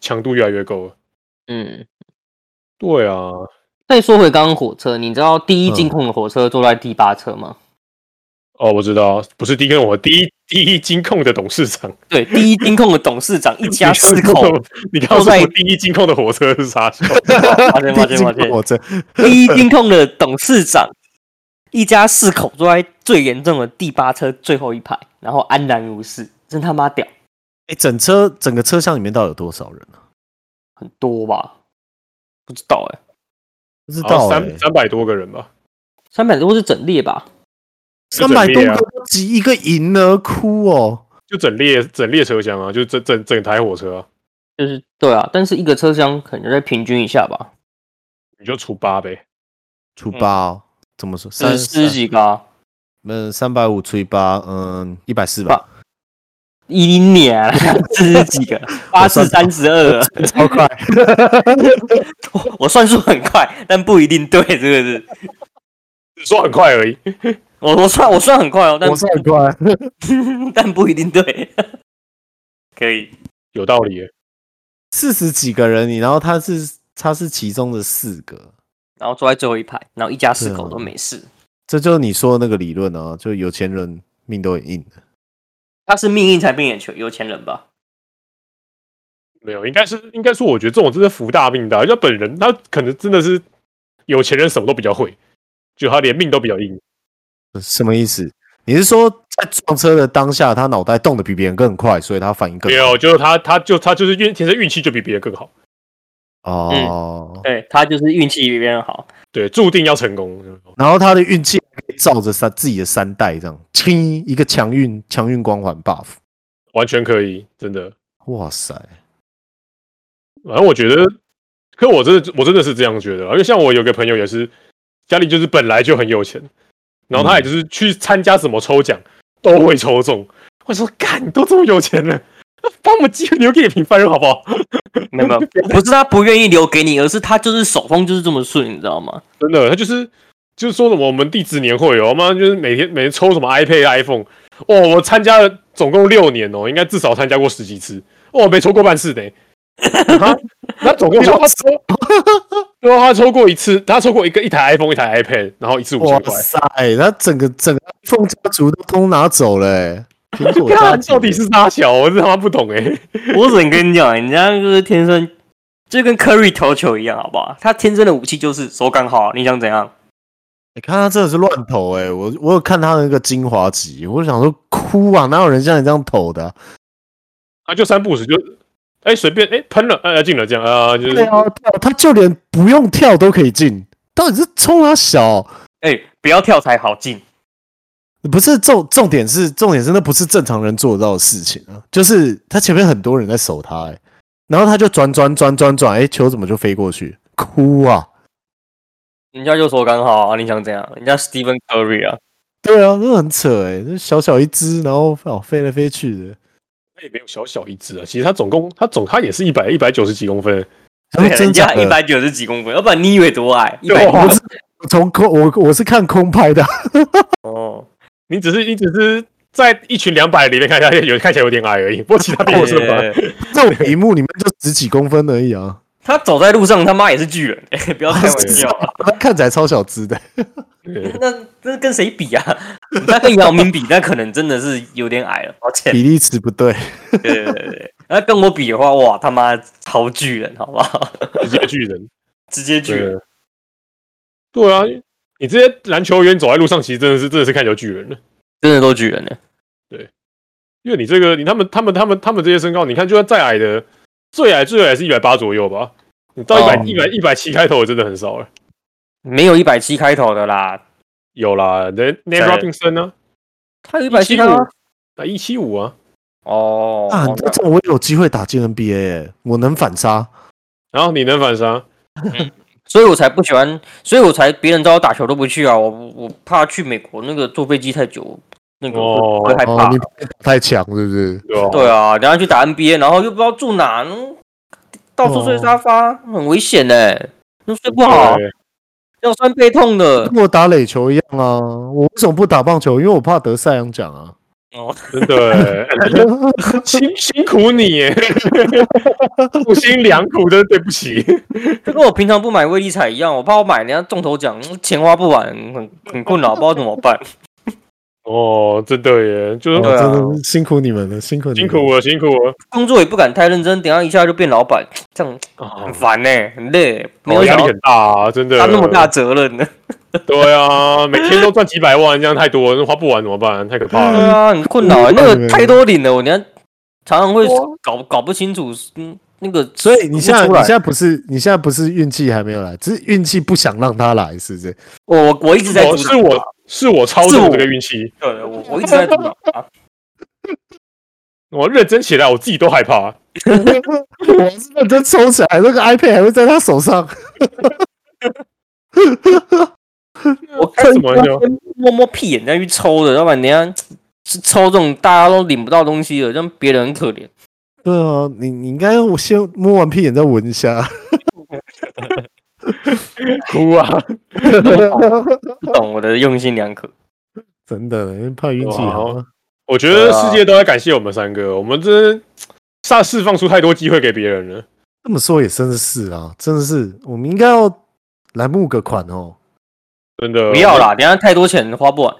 [SPEAKER 3] 强度越来越够了。
[SPEAKER 1] 嗯。
[SPEAKER 3] 对啊，
[SPEAKER 1] 再说回刚刚火车，你知道第一
[SPEAKER 2] 嗯
[SPEAKER 1] 进控的火车坐在第八车吗？
[SPEAKER 3] 哦，我知道，不是第一个我第一第一金控的董事长，
[SPEAKER 1] [LAUGHS] 对，第一进控的董事长一 [LAUGHS] 家四口，
[SPEAKER 3] [LAUGHS] 你告诉
[SPEAKER 1] 都在
[SPEAKER 3] 我第一金控的火车是啥笑？
[SPEAKER 1] [LAUGHS] 抱歉抱歉抱歉，
[SPEAKER 2] 我这
[SPEAKER 1] 第一金控的董事长，一家四口坐在最严重的第八车最后一排，然后安然无事，真他妈屌，
[SPEAKER 2] 哎，整车整个车厢里面到底有多少人啊？
[SPEAKER 1] 很多吧？不知道哎、
[SPEAKER 2] 不知
[SPEAKER 3] 好
[SPEAKER 2] 道哎、
[SPEAKER 3] 哦三三百多个人吧，
[SPEAKER 1] 三百多是整列吧？
[SPEAKER 2] 三百
[SPEAKER 3] 就
[SPEAKER 2] 多
[SPEAKER 3] 整列
[SPEAKER 2] 个
[SPEAKER 3] 啊
[SPEAKER 2] 都挤一个银儿，哭哦！
[SPEAKER 3] 就整列整列车厢啊，就整整整台火车啊，
[SPEAKER 1] 就是对啊，但是一个车厢可能再平均一下吧，
[SPEAKER 3] 你就除八呗。
[SPEAKER 2] 除八
[SPEAKER 3] 嗯
[SPEAKER 2] 哦，怎么说？
[SPEAKER 1] 是
[SPEAKER 2] 三
[SPEAKER 1] 十几个、啊，
[SPEAKER 2] 嗯，三百五除以八，嗯，一百四吧
[SPEAKER 1] 吧。一年啊 [LAUGHS] 十几个，八四三十二，啊
[SPEAKER 2] 超 [LAUGHS] 快，
[SPEAKER 1] 我算数很快，但不一定对，是不是？
[SPEAKER 3] 只说很快而已，
[SPEAKER 1] 我我算我算很快哦，但
[SPEAKER 2] 我算很快。
[SPEAKER 1] [LAUGHS] 但不一定对，可以。
[SPEAKER 3] 有道理耶。欸
[SPEAKER 2] 四十几个人，你然后他是他是其中的四个，
[SPEAKER 1] 然后坐在最后一排，然后一家四
[SPEAKER 2] 对啊
[SPEAKER 1] 口都没事。
[SPEAKER 2] 这就是你说的那个理论啊，就有钱人命都很硬的。
[SPEAKER 1] 他是命运才变有钱有钱人吧？
[SPEAKER 3] 没有，应该是应该说，我觉得这种真的福大命大。就本人他可能真的是有钱人，什么都比较会，就他连命都比较硬。
[SPEAKER 2] 什么意思？你是说在撞车的当下，他脑袋动得比别人更快，所以他反应更
[SPEAKER 3] 没有，就是他他就他就是运天生运气就比别人更好，
[SPEAKER 2] 哦。
[SPEAKER 1] 对他就是运气比别人好。
[SPEAKER 3] 对，注定要成功。嗯
[SPEAKER 2] 然后他的运气还可以照着三自己的三代这样，清一个强运强运光环 buff。
[SPEAKER 3] 完全可以，真的。
[SPEAKER 2] 哇塞，
[SPEAKER 3] 反正我觉得，可我真的我真的是这样觉得啊啦，因为像我有个朋友也是，家里就是本来就很有钱，然后他也就是去参加什么抽奖都会抽中。我说，干，你都这么有钱了，把我们机会留给你平凡人好不好？
[SPEAKER 1] 没有没有，
[SPEAKER 2] [LAUGHS]
[SPEAKER 1] 不是他不愿意留给你，而是他就是手风就是这么顺，你知道吗？
[SPEAKER 3] 真的，他就是就是说什么我们弟子年会哦，妈就是每天每天抽什么 iPad、iPhone，哦，我参加了总共六年哦，应该至少参加过十几次，哦，没抽过半
[SPEAKER 2] [LAUGHS]
[SPEAKER 3] 次呢。他他总共抽 [LAUGHS] 他抽，对啊，他抽过一次，他抽过一个一台 iPhone、一台 iPad，然后一次五
[SPEAKER 2] 哇
[SPEAKER 3] 千块。
[SPEAKER 2] 塞，他整个整个凤家族都通拿走了、欸，苹果家
[SPEAKER 3] [LAUGHS] 看
[SPEAKER 2] 族
[SPEAKER 3] 到底是他小，我真他妈不懂哎、
[SPEAKER 1] 我只能跟你讲，人家就是天生就跟 Curry 投球一样，好不好？他天生的武器就是手感好，你想怎样？
[SPEAKER 2] 你、欸看他真的是乱投哎、我我有看他那个精华集，我想说哭啊，哪有人像你这样投的啊、
[SPEAKER 3] 啊，就三不五时就，哎、随便哎喷了，哎、进了这样啊、就是
[SPEAKER 2] 对啊，对啊，他就连不用跳都可以进，到底是冲他小？
[SPEAKER 1] 哎、不要跳才好进。
[SPEAKER 2] 不是重重点是重点是那不是正常人做得到的事情啊，就是他前面很多人在守他、欸，然后他就转转转转转，哎、球怎么就飞过去？哭啊！
[SPEAKER 1] 人家就手感好啊，你想怎样？人家 Stephen Curry 啊，
[SPEAKER 2] 对啊，那很扯哎、那小小一只，然后哦飞来飞去的，
[SPEAKER 3] 他也没有小小一只啊，其实他总共他总他也是一百一百九十几公分，
[SPEAKER 2] 然后
[SPEAKER 1] 人
[SPEAKER 2] 真假
[SPEAKER 1] 家
[SPEAKER 2] 的欸
[SPEAKER 1] 一百九十几公分，要不然你以为多矮？一
[SPEAKER 3] 对
[SPEAKER 1] 百
[SPEAKER 3] 啊
[SPEAKER 2] 我是我从空我我是看空拍
[SPEAKER 1] [LAUGHS]
[SPEAKER 2] 的，啊
[SPEAKER 1] 哦，
[SPEAKER 3] 你只是你只是在一群两百里面看起来有看起来有点矮而已，不过其他比我是吧？
[SPEAKER 1] 哎
[SPEAKER 2] 这种屏幕里面就十几公分而已啊，
[SPEAKER 1] 他走在路上他妈也是巨人， [LAUGHS] 哎、不要开玩笑啊！
[SPEAKER 2] 他看起来超小只的，
[SPEAKER 3] [LAUGHS] 对
[SPEAKER 1] 那那跟谁比啊？那跟姚明比，那可能真的是有点矮了，抱歉。
[SPEAKER 2] 比例尺不对，
[SPEAKER 1] [LAUGHS] 对对对对对，那跟我比的话，哇，他妈超巨人，好不好？ [LAUGHS]
[SPEAKER 3] 直接巨人，
[SPEAKER 1] 直接巨人。
[SPEAKER 3] 对，对啊，你这些篮球员走在路上，其实真的是真的是看起来有巨人了。
[SPEAKER 1] 真的都巨人呢。
[SPEAKER 3] 因为你这个，你他们他们他们他们这些身高，你看就算再矮的，最矮最矮也是一百八左右吧。你到一百
[SPEAKER 1] 哦
[SPEAKER 3] 一百一百七开头的真的很少了。
[SPEAKER 1] 没有一百七开头的啦，
[SPEAKER 3] 有啦，那 Nate
[SPEAKER 1] 对
[SPEAKER 3] Robinson 呢？
[SPEAKER 1] 他有一
[SPEAKER 3] 一
[SPEAKER 1] 百七开头吗
[SPEAKER 3] 啊，一七五啊。
[SPEAKER 1] 哦。
[SPEAKER 2] 啊，
[SPEAKER 1] 哦
[SPEAKER 2] 这种我有机会打进 NBA，、欸、我能反杀。
[SPEAKER 3] 然后你能反杀？
[SPEAKER 1] 所以我才不喜欢，所以我才别人找我打球都不去啊，我我怕去美国那个坐飞机太久，那个
[SPEAKER 3] 哦
[SPEAKER 1] 会会害
[SPEAKER 2] 哦
[SPEAKER 1] 怕。，
[SPEAKER 2] 你太强是不是？
[SPEAKER 3] 对吧？
[SPEAKER 1] 对啊，然后去打 NBA，然后又不知道住哪，嗯到处睡沙发，很危险呢、那睡不好，
[SPEAKER 3] 哦对
[SPEAKER 1] 腰酸背痛的。
[SPEAKER 2] 跟我打垒球一样啊！我为什么不打棒球？因为我怕得赛扬奖啊！
[SPEAKER 1] 哦，
[SPEAKER 3] 真
[SPEAKER 1] [LAUGHS]
[SPEAKER 3] 的欸辛辛苦你耶，苦心良苦，真的对不
[SPEAKER 1] [LAUGHS]
[SPEAKER 3] 起。
[SPEAKER 1] 这跟我平常不买威力彩一样，我怕我买人家中头奖，嗯钱花不完，很很困扰，不知道怎么
[SPEAKER 3] [LAUGHS]
[SPEAKER 1] 办。
[SPEAKER 3] 哦，真的耶，就是
[SPEAKER 1] 对啊
[SPEAKER 2] 真的是辛苦你们了，辛苦你
[SPEAKER 3] 辛
[SPEAKER 2] 们
[SPEAKER 3] 苦了，辛苦了。
[SPEAKER 1] 工作也不敢太认真，等一下一下就变老板，这样
[SPEAKER 3] 哦
[SPEAKER 1] 很烦呢、很累，没
[SPEAKER 3] 哦
[SPEAKER 1] 有
[SPEAKER 3] 压
[SPEAKER 1] 想
[SPEAKER 3] 力
[SPEAKER 1] 到
[SPEAKER 3] 很大啊，真的。
[SPEAKER 1] 担那么大
[SPEAKER 3] [LAUGHS]
[SPEAKER 1] 责任呢。
[SPEAKER 3] 对啊，每天都赚几百万，这样太多了，花不完怎么办？太可怕
[SPEAKER 1] 对
[SPEAKER 3] 了。
[SPEAKER 1] 啊，很困扰、
[SPEAKER 2] 嗯
[SPEAKER 1] 那
[SPEAKER 2] 对
[SPEAKER 1] 个太多领了，我连常常会
[SPEAKER 3] 哦
[SPEAKER 1] 搞搞不清楚，嗯，那个。
[SPEAKER 2] 所以你现在
[SPEAKER 1] 数
[SPEAKER 2] 你
[SPEAKER 1] 不出来
[SPEAKER 2] 现在不是你现在不是运气还没有来，只是运气不想让他来，是不 [LAUGHS] 是？
[SPEAKER 1] 我我我一直在
[SPEAKER 3] 我
[SPEAKER 1] 阻
[SPEAKER 3] 哦是
[SPEAKER 1] 挡，
[SPEAKER 3] 我是我操
[SPEAKER 1] 是
[SPEAKER 3] 纵
[SPEAKER 1] 我
[SPEAKER 3] 这个运气，
[SPEAKER 1] 对我我一直在啊阻挡他。
[SPEAKER 3] 我哦认真起来，我自己都害怕。
[SPEAKER 2] 我是认真抽起来，那个 iPad 还会在他手上，
[SPEAKER 1] 我
[SPEAKER 3] 开
[SPEAKER 1] 看
[SPEAKER 3] 什么玩笑？
[SPEAKER 1] 摸摸屁眼再去抽的，要不然人家是抽这种大家都领不到东西的，让别人很可怜。
[SPEAKER 2] 对啊，你你应该我先摸完屁眼再闻一
[SPEAKER 1] [LAUGHS]
[SPEAKER 2] 下，
[SPEAKER 3] 哭啊！
[SPEAKER 1] 不懂我的用心良苦。
[SPEAKER 2] [LAUGHS] 真的，因为怕运气好啊
[SPEAKER 3] 哇。我觉得
[SPEAKER 1] 啊
[SPEAKER 3] 世界都在感谢我们三个，我们真煞释放出太多机会给别人了。
[SPEAKER 2] 这么说也真的是啊，真的是，我们应该要来募个款哦。
[SPEAKER 3] 真的
[SPEAKER 1] 不要，啦，等一下太多钱花不完。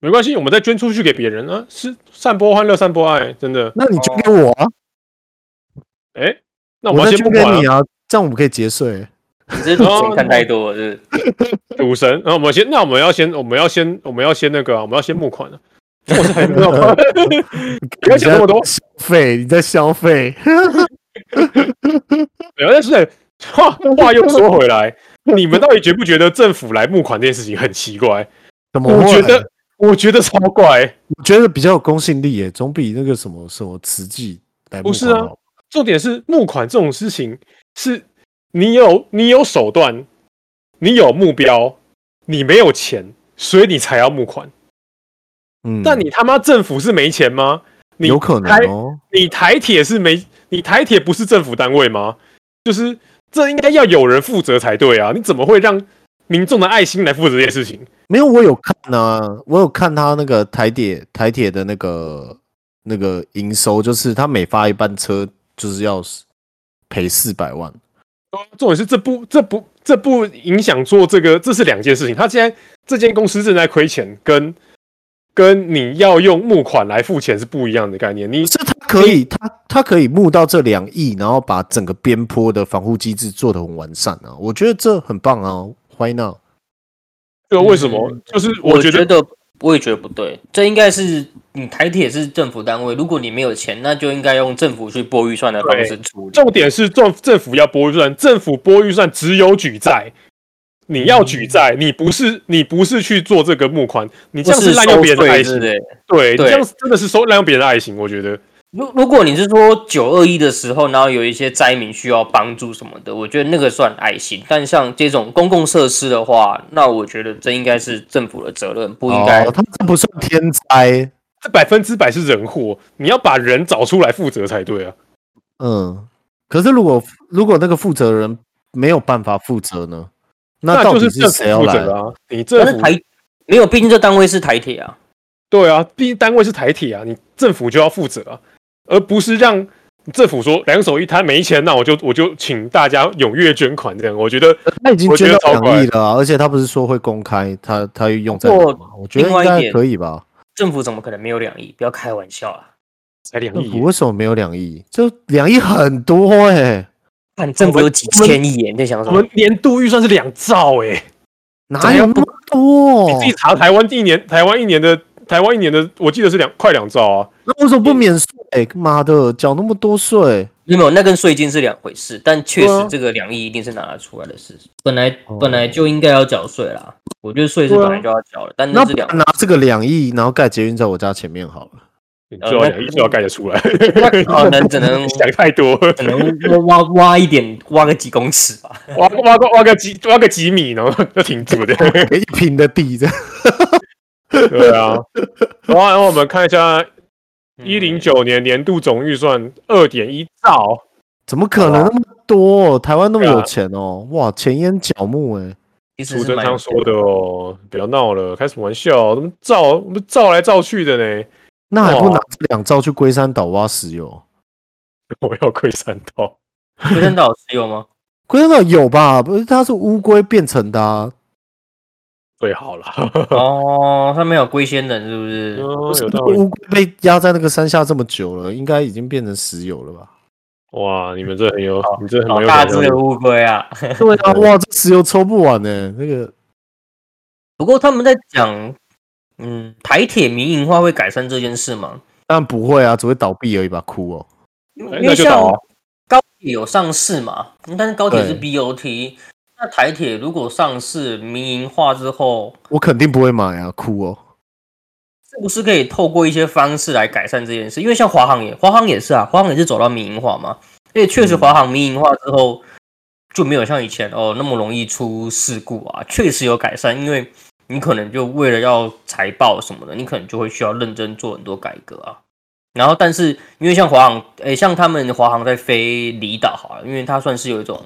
[SPEAKER 3] 没关系，我们再捐出去给别人啊，是散播欢乐，散播爱，真的。
[SPEAKER 2] 那你捐给我啊，
[SPEAKER 3] 哎，那我
[SPEAKER 2] 我
[SPEAKER 3] 们
[SPEAKER 2] 再
[SPEAKER 3] 先
[SPEAKER 2] 捐
[SPEAKER 3] 不
[SPEAKER 2] 给
[SPEAKER 3] 管啊
[SPEAKER 2] 你啊，这样我们可以节税。
[SPEAKER 1] 你这赌
[SPEAKER 3] 哦
[SPEAKER 1] 钱看太多了，是不是？
[SPEAKER 3] 赌神，啊那我们先，那我们要先，我们要先，我们要先那个啊、我们要先
[SPEAKER 2] [LAUGHS]
[SPEAKER 3] 募款啊。我是还没有，不要想那么多
[SPEAKER 2] 你在消费，你在消费。
[SPEAKER 3] 然后但是话话又说回
[SPEAKER 2] [LAUGHS]
[SPEAKER 3] 来，你们到底觉不觉得政府来募款这件事情很奇怪？
[SPEAKER 2] 怎么
[SPEAKER 3] 我
[SPEAKER 2] 会
[SPEAKER 3] 觉得，我觉得超怪。
[SPEAKER 2] 我觉得比较有公信力耶，总比那个什么什么慈济来
[SPEAKER 3] 不
[SPEAKER 2] 募
[SPEAKER 3] 是
[SPEAKER 2] 款
[SPEAKER 3] 啊
[SPEAKER 2] 好，
[SPEAKER 3] 重点是募款这种事情，是你有你有手段，你有目标，你没有钱，所以你才要募款。
[SPEAKER 2] 嗯，
[SPEAKER 3] 但你他妈政府是没钱吗？你
[SPEAKER 2] 有可能
[SPEAKER 3] 开
[SPEAKER 2] 哦，
[SPEAKER 3] 你台铁是没，你台铁不是政府单位吗？就是这应该要有人负责才对啊！你怎么会让民众的爱心来负责这件事情？
[SPEAKER 2] 没有我有看啊，我有看他那个台铁台铁的那个那个营收，就是他每发一班车就是要赔四百万，
[SPEAKER 3] 重点是这不这不这不影响做这个，这是两件事情。他现在这间公司正在亏钱，跟跟你要用募款来付钱是不一样的概念。你
[SPEAKER 2] 不是他可以，他他可以募到这两亿，然后把整个边坡的防护机制做得很完善啊，我觉得这很棒啊，Why not？
[SPEAKER 3] 这个为什么？就是
[SPEAKER 1] 我
[SPEAKER 3] 觉得
[SPEAKER 1] 得我也觉得不对，这应该是你台铁是政府单位，如果你没有钱，那就应该用政府去拨预算的方式处理。
[SPEAKER 3] 重点是政政府要拨预算，政府拨预算只有举债。你要举债，你不是你不是去做这个募款，你这样
[SPEAKER 1] 嗯是
[SPEAKER 3] 滥用别人的爱
[SPEAKER 1] 收
[SPEAKER 3] 心
[SPEAKER 1] 税，对不对
[SPEAKER 3] 对，你
[SPEAKER 1] 对
[SPEAKER 3] 这样真的是收滥用别人的爱心，我觉得。
[SPEAKER 1] 如如果你是说九二一的时候，然后有一些灾民需要帮助什么的，我觉得那个算爱心。但像这种公共设施的话，那我觉得这应该是政府的责任，不应该。
[SPEAKER 2] 哦，他这不算天灾，
[SPEAKER 3] 这百分之百是人祸，你要把人找出来负责才对啊。
[SPEAKER 2] 嗯，可是如果如果那个负责人没有办法负责呢？那到
[SPEAKER 3] 就
[SPEAKER 2] 底
[SPEAKER 3] 政府
[SPEAKER 2] 谁要
[SPEAKER 3] 负
[SPEAKER 2] 来？
[SPEAKER 3] 责啊？你政
[SPEAKER 1] 但是
[SPEAKER 3] 府
[SPEAKER 1] 台没有，毕竟这单位是台铁啊。
[SPEAKER 3] 对啊，毕竟单位是台铁啊，你政府就要负责啊，而不是让政府说两手一摊没钱，那我就我就请大家踊跃捐款这样。我觉得
[SPEAKER 2] 他已经
[SPEAKER 3] 我觉
[SPEAKER 2] 捐
[SPEAKER 3] 得
[SPEAKER 2] 到
[SPEAKER 3] 超快
[SPEAKER 2] 两亿了啊、而且他不是说会公开他他用在哪
[SPEAKER 1] 不过
[SPEAKER 2] 吗？我觉得
[SPEAKER 1] 另外
[SPEAKER 2] 应
[SPEAKER 1] 一
[SPEAKER 2] 该
[SPEAKER 1] 点
[SPEAKER 2] 可以吧。
[SPEAKER 1] 政府怎么可能没有两亿？不要开玩笑啊！
[SPEAKER 3] 才两
[SPEAKER 2] 政
[SPEAKER 3] 亿
[SPEAKER 2] 府，为什么没有两亿？这两亿很多哎、
[SPEAKER 1] 看政府有几千亿耶，你在想
[SPEAKER 3] 我
[SPEAKER 1] 什么？
[SPEAKER 3] 们年度预算是两兆哎、
[SPEAKER 2] 哪有那么多？
[SPEAKER 3] 你自己查台湾一年，台湾一年的台湾一年的，我记得是两快两兆啊。
[SPEAKER 2] 那为什么不免税？妈的，缴那么多税，
[SPEAKER 1] 没有，那跟税金是两回事，但确
[SPEAKER 2] 对啊
[SPEAKER 1] 实这个两亿一定是拿得出来的事。本来
[SPEAKER 3] 哦
[SPEAKER 1] 本来就应该要缴税啦，我觉得税是
[SPEAKER 3] 对啊
[SPEAKER 1] 本来就要缴的，但
[SPEAKER 2] 那
[SPEAKER 1] 那
[SPEAKER 2] 不
[SPEAKER 1] 嗯是两
[SPEAKER 2] 然拿这个两亿，然后盖捷运在我家前面好了。
[SPEAKER 1] 呃嗯
[SPEAKER 3] 就要
[SPEAKER 1] 那
[SPEAKER 3] 两亿就要盖得出来，
[SPEAKER 1] 那可能只
[SPEAKER 3] [LAUGHS]
[SPEAKER 1] 能
[SPEAKER 3] 想太多，
[SPEAKER 1] 只能挖挖挖一点，挖个几公尺吧。
[SPEAKER 3] 挖挖个挖个几挖个几米，然后 [LAUGHS] 就停住的。
[SPEAKER 2] 给一平的地这样。
[SPEAKER 3] 对啊，然后然后我们看一下 [LAUGHS]
[SPEAKER 1] 嗯
[SPEAKER 3] 一零九年年度总预算二点一兆，
[SPEAKER 2] 怎么可能那么多？台湾那么有钱哦！哇，前眼角目哎、
[SPEAKER 1] 其实
[SPEAKER 3] 苏
[SPEAKER 1] 是
[SPEAKER 3] 贞
[SPEAKER 1] 蛮
[SPEAKER 3] 昌
[SPEAKER 1] [LAUGHS]
[SPEAKER 3] 说的哦，不要闹了，开什么玩笑？怎么造我们造来造去的呢？ [LAUGHS]
[SPEAKER 2] 那还不
[SPEAKER 3] 哇
[SPEAKER 2] 拿这两兆去龟山岛挖石油？
[SPEAKER 3] 我要亏三套，
[SPEAKER 1] 龟山岛石
[SPEAKER 3] [LAUGHS]
[SPEAKER 1] 油吗？
[SPEAKER 2] 龟山岛有吧？不是，它是乌龟变成的、啊，
[SPEAKER 3] 最好了，
[SPEAKER 1] 哦，上面有龟仙人是
[SPEAKER 3] [LAUGHS]
[SPEAKER 1] 不是？
[SPEAKER 3] 嗯
[SPEAKER 2] 不是
[SPEAKER 3] 有道理。
[SPEAKER 2] 乌龟被压在那个山下这么久了，应该已经变成石油了吧？
[SPEAKER 3] 哇，你们这很有，你这很
[SPEAKER 1] 好
[SPEAKER 3] 有
[SPEAKER 1] 大
[SPEAKER 3] 想
[SPEAKER 1] 只
[SPEAKER 3] 象力
[SPEAKER 1] 的。乌龟啊！
[SPEAKER 2] 对啊，哇，这石油抽不完呢、那个
[SPEAKER 1] 不过他们在讲，嗯，台铁民营化会改善这件事吗？
[SPEAKER 2] 当然不会啊，只会倒闭而已吧？哭哦。
[SPEAKER 1] 因
[SPEAKER 3] 哎
[SPEAKER 1] 为
[SPEAKER 3] 那就倒
[SPEAKER 1] 像
[SPEAKER 3] 啊
[SPEAKER 1] 高铁有上市嘛，但是高铁是
[SPEAKER 2] 对
[SPEAKER 1] BOT，那台铁如果上市民营化之后，
[SPEAKER 2] 我肯定不会买啊，哭哦。
[SPEAKER 1] 是不是可以透过一些方式来改善这件事？因为像华航也，华航也是啊，华航也是走到民营化嘛。因为确实，华航民营化之后就没有像以前哦那么容易出事故啊，确实有改善。因为你可能就为了要财报什么的，你可能就会需要认真做很多改革啊。然后，但是因为像华航，诶，像他们华航在飞离岛好了，因为它算是有一种，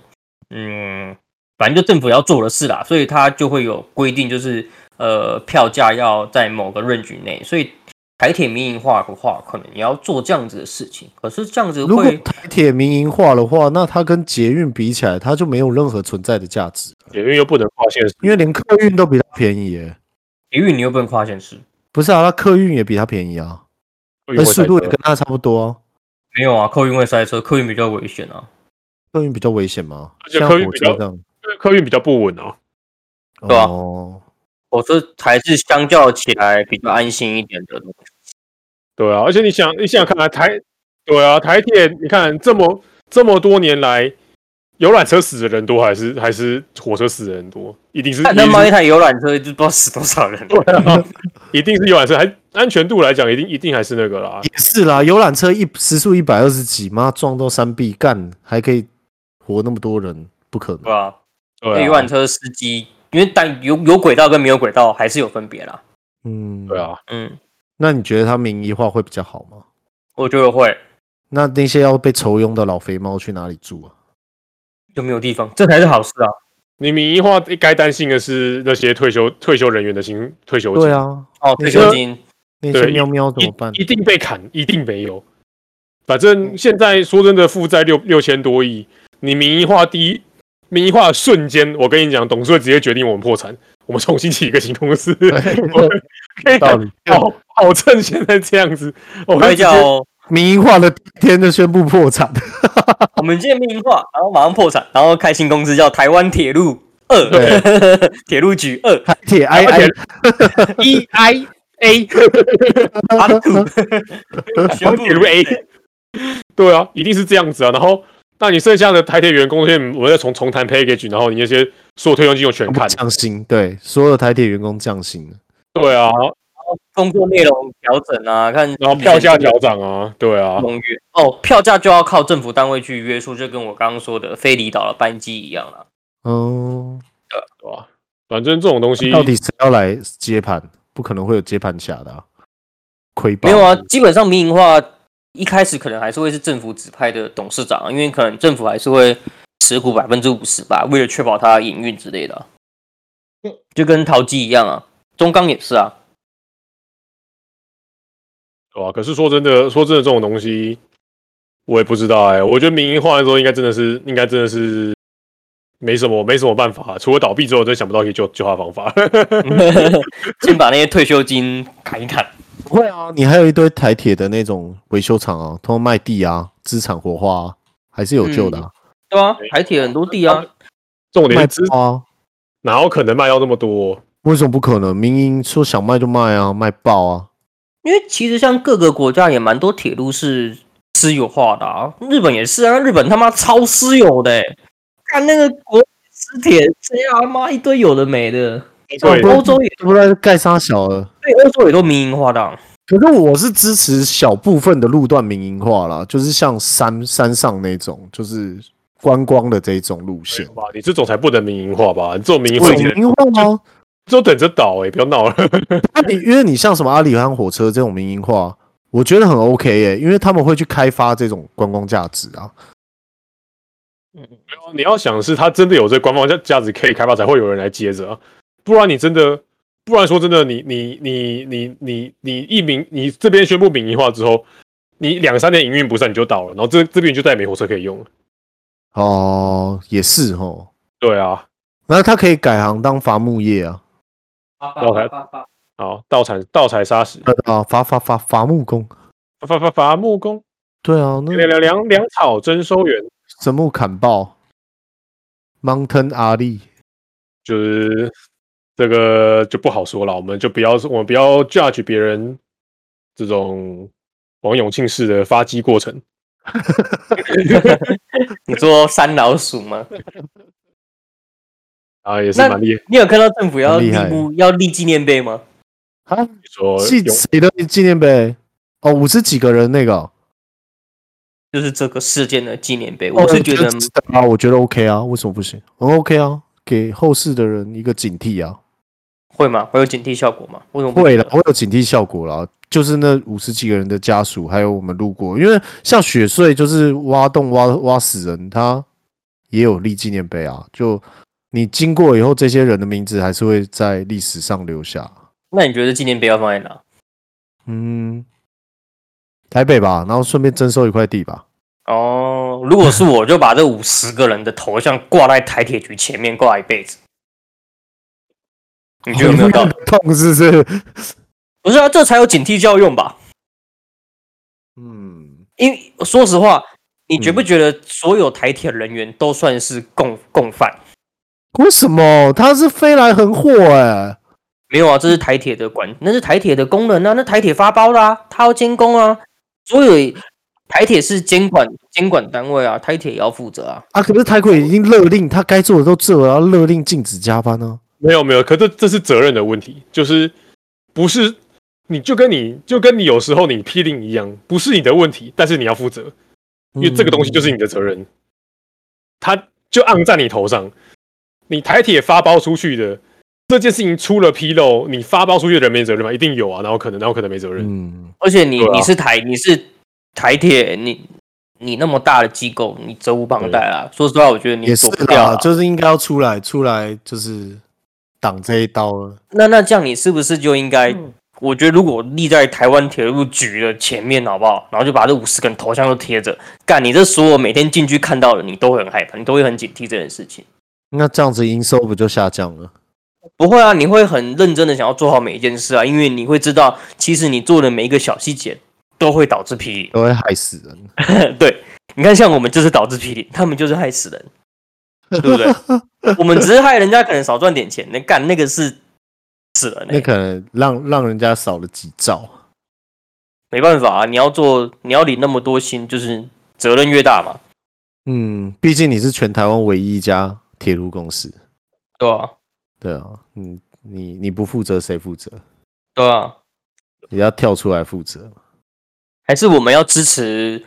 [SPEAKER 1] 嗯，反正就政府要做的事啦，所以它就会有规定，就是呃票价要在某个 range 内，所以台铁民营化的话，可能也要做这样子的事情。可是这样子
[SPEAKER 2] 如果
[SPEAKER 1] 会
[SPEAKER 2] 台铁民营化的话，那它跟捷运比起来，它就没有任何存在的价值，
[SPEAKER 3] 捷运又不能跨线，
[SPEAKER 2] 因为连客运都比它便宜耶、
[SPEAKER 1] 捷运你又不能跨县市，
[SPEAKER 2] 不是啊，它客运也比它便宜啊，
[SPEAKER 3] 因
[SPEAKER 2] 但速度也
[SPEAKER 3] 为
[SPEAKER 2] 跟它差不多、啊。
[SPEAKER 1] 没有啊，客运会塞车，客运比较危险啊。
[SPEAKER 2] 客运比较危险吗？
[SPEAKER 3] 而且
[SPEAKER 2] 像
[SPEAKER 3] 客
[SPEAKER 2] 火
[SPEAKER 3] 运比
[SPEAKER 2] 车
[SPEAKER 3] 较
[SPEAKER 2] 这样，
[SPEAKER 3] 客运比较不稳哦。
[SPEAKER 1] 对啊
[SPEAKER 2] 哦，
[SPEAKER 1] 我说还是相较起来比较安心一点的东西。
[SPEAKER 3] 对啊，而且你想，你想想看啊，台，对啊，台铁，你看这么这么多年来，游览车死的人多还是还是火车死的人多？一定是，
[SPEAKER 1] 看
[SPEAKER 3] 一
[SPEAKER 1] 他
[SPEAKER 3] 定
[SPEAKER 1] 妈一
[SPEAKER 3] 是
[SPEAKER 1] 台游览车就不知道死多少人。
[SPEAKER 3] 对啊，一定是 [LAUGHS] 游览车，还安全度来讲，一定一定还是那个啦。
[SPEAKER 2] 也是啦，游览车一时速一百二十几，妈撞到山壁，干还可以活那么多人，不可
[SPEAKER 1] 对
[SPEAKER 2] 能。
[SPEAKER 1] 啊，
[SPEAKER 3] 对
[SPEAKER 1] 游
[SPEAKER 3] 啊
[SPEAKER 1] 览，车司机，因为但有有轨道跟没有轨道还是有分别啦。
[SPEAKER 2] 嗯，
[SPEAKER 3] 对。啊，
[SPEAKER 1] 嗯，
[SPEAKER 2] 那你觉得它民营化会比较好吗？
[SPEAKER 1] 我觉得会
[SPEAKER 2] 那那些要被仇佣的老肥猫去哪里住啊？
[SPEAKER 1] 就没有地方，这才是好事啊。
[SPEAKER 3] 你民营化该担心的是那些退休退休人员的薪退休金，
[SPEAKER 2] 对啊，
[SPEAKER 1] 哦，退休金
[SPEAKER 2] 那
[SPEAKER 3] 对
[SPEAKER 2] 些喵喵怎么办
[SPEAKER 3] 一？一定被砍，一定没有。反正现在说真的，负债六六千多亿，你民营化第一，民营化的瞬间，我跟你讲，董事会直接决定我们破产，我们重新起一个新公司。我可
[SPEAKER 2] [LAUGHS]
[SPEAKER 3] 以
[SPEAKER 2] 道
[SPEAKER 3] 搞
[SPEAKER 2] 理
[SPEAKER 3] [LAUGHS] 好好趁现在这样子，我
[SPEAKER 1] 会
[SPEAKER 3] 们直接
[SPEAKER 1] 叫
[SPEAKER 2] 民营化的第一天就宣布破产，
[SPEAKER 1] 我们见面化，然后马上破产，然后开新公司叫台湾铁路二， [LAUGHS] 铁路局
[SPEAKER 3] [LAUGHS]
[SPEAKER 1] 二
[SPEAKER 2] 台铁 I
[SPEAKER 3] 而
[SPEAKER 2] I
[SPEAKER 3] 且
[SPEAKER 1] E I A 阿
[SPEAKER 3] [LAUGHS]
[SPEAKER 1] 土，全部
[SPEAKER 3] 铁路 A。对啊，一定是这样子啊。然后，那你剩下的台铁员工这些，我们再重重谈 package，然后你那些所有退休金我全看。
[SPEAKER 2] 降薪，对，所有台铁员工降薪了，
[SPEAKER 3] 对啊，
[SPEAKER 1] 工作内容调整啊，看
[SPEAKER 3] 然后票价调涨啊，对啊，
[SPEAKER 1] 盟约哦，票价就要靠政府单位去约束，就跟我刚刚说的飞离岛的班机一样啊了。
[SPEAKER 2] 哦，
[SPEAKER 3] 对吧？反正这种东西
[SPEAKER 2] 到底谁要来接盘？不可能会有接盘侠的、啊，亏爆
[SPEAKER 1] 没有啊，基本上民营化一开始可能还是会是政府指派的董事长，因为可能政府还是会持股百分之五十吧，为了确保它营运之类的啊。就跟淘机一样啊，中钢也是啊。 [LAUGHS]
[SPEAKER 3] 对吧？可是说真的，说真的，这种东西我也不知道哎、我觉得民营化的时候，应该真的是，应该真的是没什么，没什么办法、除了倒闭之后，真想不到可以救救他的方法。 [LAUGHS]
[SPEAKER 1] 先把那些退休金砍一砍。
[SPEAKER 2] 不会啊，你还有一堆台铁的那种维修厂啊，通通卖地啊，资产活化、啊，还是有救的、啊。
[SPEAKER 1] 对啊，台铁很多地啊，
[SPEAKER 3] 重点
[SPEAKER 2] 卖
[SPEAKER 3] 是资
[SPEAKER 2] 爆啊，
[SPEAKER 3] 哪有可能卖到那么多？
[SPEAKER 2] 为什么不可能？民营说想卖就卖啊，卖爆啊！
[SPEAKER 1] 因为其实像各个国家也蛮多铁路是私有化的啊，日本也是啊，日本他妈超私有的、欸，看那个国私铁，这样他妈一堆有的没的，
[SPEAKER 3] 对，
[SPEAKER 1] 欧洲也
[SPEAKER 2] 这不然盖沙小了。
[SPEAKER 1] 对，欧洲也都民营化的啊、
[SPEAKER 2] 可是我是支持小部分的路段民营化啦，就是像山山上那种，就是观光的这种路线。
[SPEAKER 3] 吧，你这种才不能民营化吧？你这种民营化
[SPEAKER 2] 为
[SPEAKER 3] 你
[SPEAKER 2] 什么民营化吗？
[SPEAKER 3] 就等着倒哎、不要闹了。
[SPEAKER 2] 那你因为你像什么阿里山火车这种民营化，我觉得很 OK 耶、因为他们会去开发这种观光价值啊。
[SPEAKER 1] 嗯
[SPEAKER 3] 你要想是它真的有这官方价价值可以开发，才会有人来接着、啊，不然你真的，不然说真的，你你你你你你一民，你这边宣布民营化之后，你两三年营运不善你就倒了，然后这这边就再也没火车可以用了。
[SPEAKER 2] 哦，也是哦。
[SPEAKER 3] 对啊，
[SPEAKER 2] 那他可以改行当伐木业啊，
[SPEAKER 3] 然后还好盗采盗采砂石，
[SPEAKER 2] 啊，伐伐伐伐木工。
[SPEAKER 3] 伐伐伐伐木工，
[SPEAKER 2] 对啊，那
[SPEAKER 3] 粮粮粮粮草征收员，
[SPEAKER 2] 神木砍爆，Mountain 阿力，
[SPEAKER 3] 就是这个就不好说了，我们就不要我们不要 judge 别人这种王永庆式的发迹过程。
[SPEAKER 1] 你说山老鼠吗？
[SPEAKER 3] 啊，也是
[SPEAKER 1] 那
[SPEAKER 3] 蛮厉害。
[SPEAKER 1] 你有看到政府要
[SPEAKER 2] 很
[SPEAKER 1] 立
[SPEAKER 2] 厉害
[SPEAKER 1] 墓要立纪念碑吗？
[SPEAKER 2] 啊，
[SPEAKER 3] 说
[SPEAKER 2] 纪
[SPEAKER 3] 有
[SPEAKER 2] 谁的纪念碑？哦，五十几个人那个哦，
[SPEAKER 1] 就是这个事件的纪念碑，我是觉得
[SPEAKER 2] 值得哦啊，我觉得 OK 啊，为什么不行？很 OK 啊，给后世的人一个警惕啊，
[SPEAKER 1] 会吗？会有警惕效果吗？为什么不
[SPEAKER 2] 会了，会有警惕效果啦。就是那五十几个人的家属，还有我们路过，因为像雪穗就是挖洞挖挖死人，他也有立纪念碑啊。就你经过以后，这些人的名字还是会在历史上留下。
[SPEAKER 1] 那你觉得纪念碑要放在哪？
[SPEAKER 2] 嗯，台北吧，然后顺便征收一块地吧。
[SPEAKER 1] 哦，如果是我，就把这五十个人的头像挂在台铁局前面挂一辈子。你觉得有没有道理？
[SPEAKER 2] 痛是不是？
[SPEAKER 1] 不是啊，这才有警惕效用吧？
[SPEAKER 2] 嗯，
[SPEAKER 1] 因为说实话，你觉不觉得所有台铁人员都算是共共犯？
[SPEAKER 2] 为什么他是飞来横祸、哎，
[SPEAKER 1] 没有啊，这是台铁的管，那是台铁的功能啊，那台铁发包的啊，他要监工啊，所有台铁是监管监管单位啊，台铁也要负责啊。
[SPEAKER 2] 啊，可是台鬼已经勒令他该做的都做了，要勒令禁止加班呢、
[SPEAKER 3] 没有没有，可这这是责任的问题，就是不是你就跟你就跟你有时候你批评一样，不是你的问题，但是你要负责，
[SPEAKER 2] 嗯
[SPEAKER 3] 因为这个东西就是你的责任，他就按在你头上。你台铁发包出去的这件事情出了纰漏，你发包出去的人没责任吗？一定有啊，然后可能然后可能没责任，
[SPEAKER 2] 嗯，
[SPEAKER 1] 而且你、
[SPEAKER 3] 对啊
[SPEAKER 1] 你是台你是台铁，你你那么大的机构，你责无旁贷啊。说实话，我觉得你
[SPEAKER 2] 也是
[SPEAKER 1] 躲不掉
[SPEAKER 2] 啦，
[SPEAKER 1] 啊。
[SPEAKER 2] 就是应该要出来，出来就是挡这一刀了。
[SPEAKER 1] 那那这样，你是不是就应该？
[SPEAKER 2] 嗯
[SPEAKER 1] 我觉得如果立在台湾铁路局的前面，好不好？然后就把这五十个人头像都贴着，干你这所有每天进去看到的，你都会很害怕，你都会很警惕这件事情。
[SPEAKER 2] 那这样子营收不就下降了？
[SPEAKER 1] 不会啊，你会很认真的想要做好每一件事啊，因为你会知道，其实你做的每一个小细节都会导致皮林。
[SPEAKER 2] 都会害死人。
[SPEAKER 1] [LAUGHS] 对，你看，像我们就是导致批评，他们就是害死人，对不对？
[SPEAKER 2] [LAUGHS]
[SPEAKER 1] 我们只是害人家可能少赚点钱，那干那个是死人、欸，
[SPEAKER 2] 那可能让让人家少了几兆。
[SPEAKER 1] 没办法啊，你要做，你要领那么多薪，就是责任越大嘛，
[SPEAKER 2] 嗯，毕竟你是全台湾唯一一家铁路公司，
[SPEAKER 1] 对吧、
[SPEAKER 2] 对啊，嗯，你你不负责谁负责？
[SPEAKER 1] 对吧、
[SPEAKER 2] 你要跳出来负责。
[SPEAKER 1] 还是我们要支持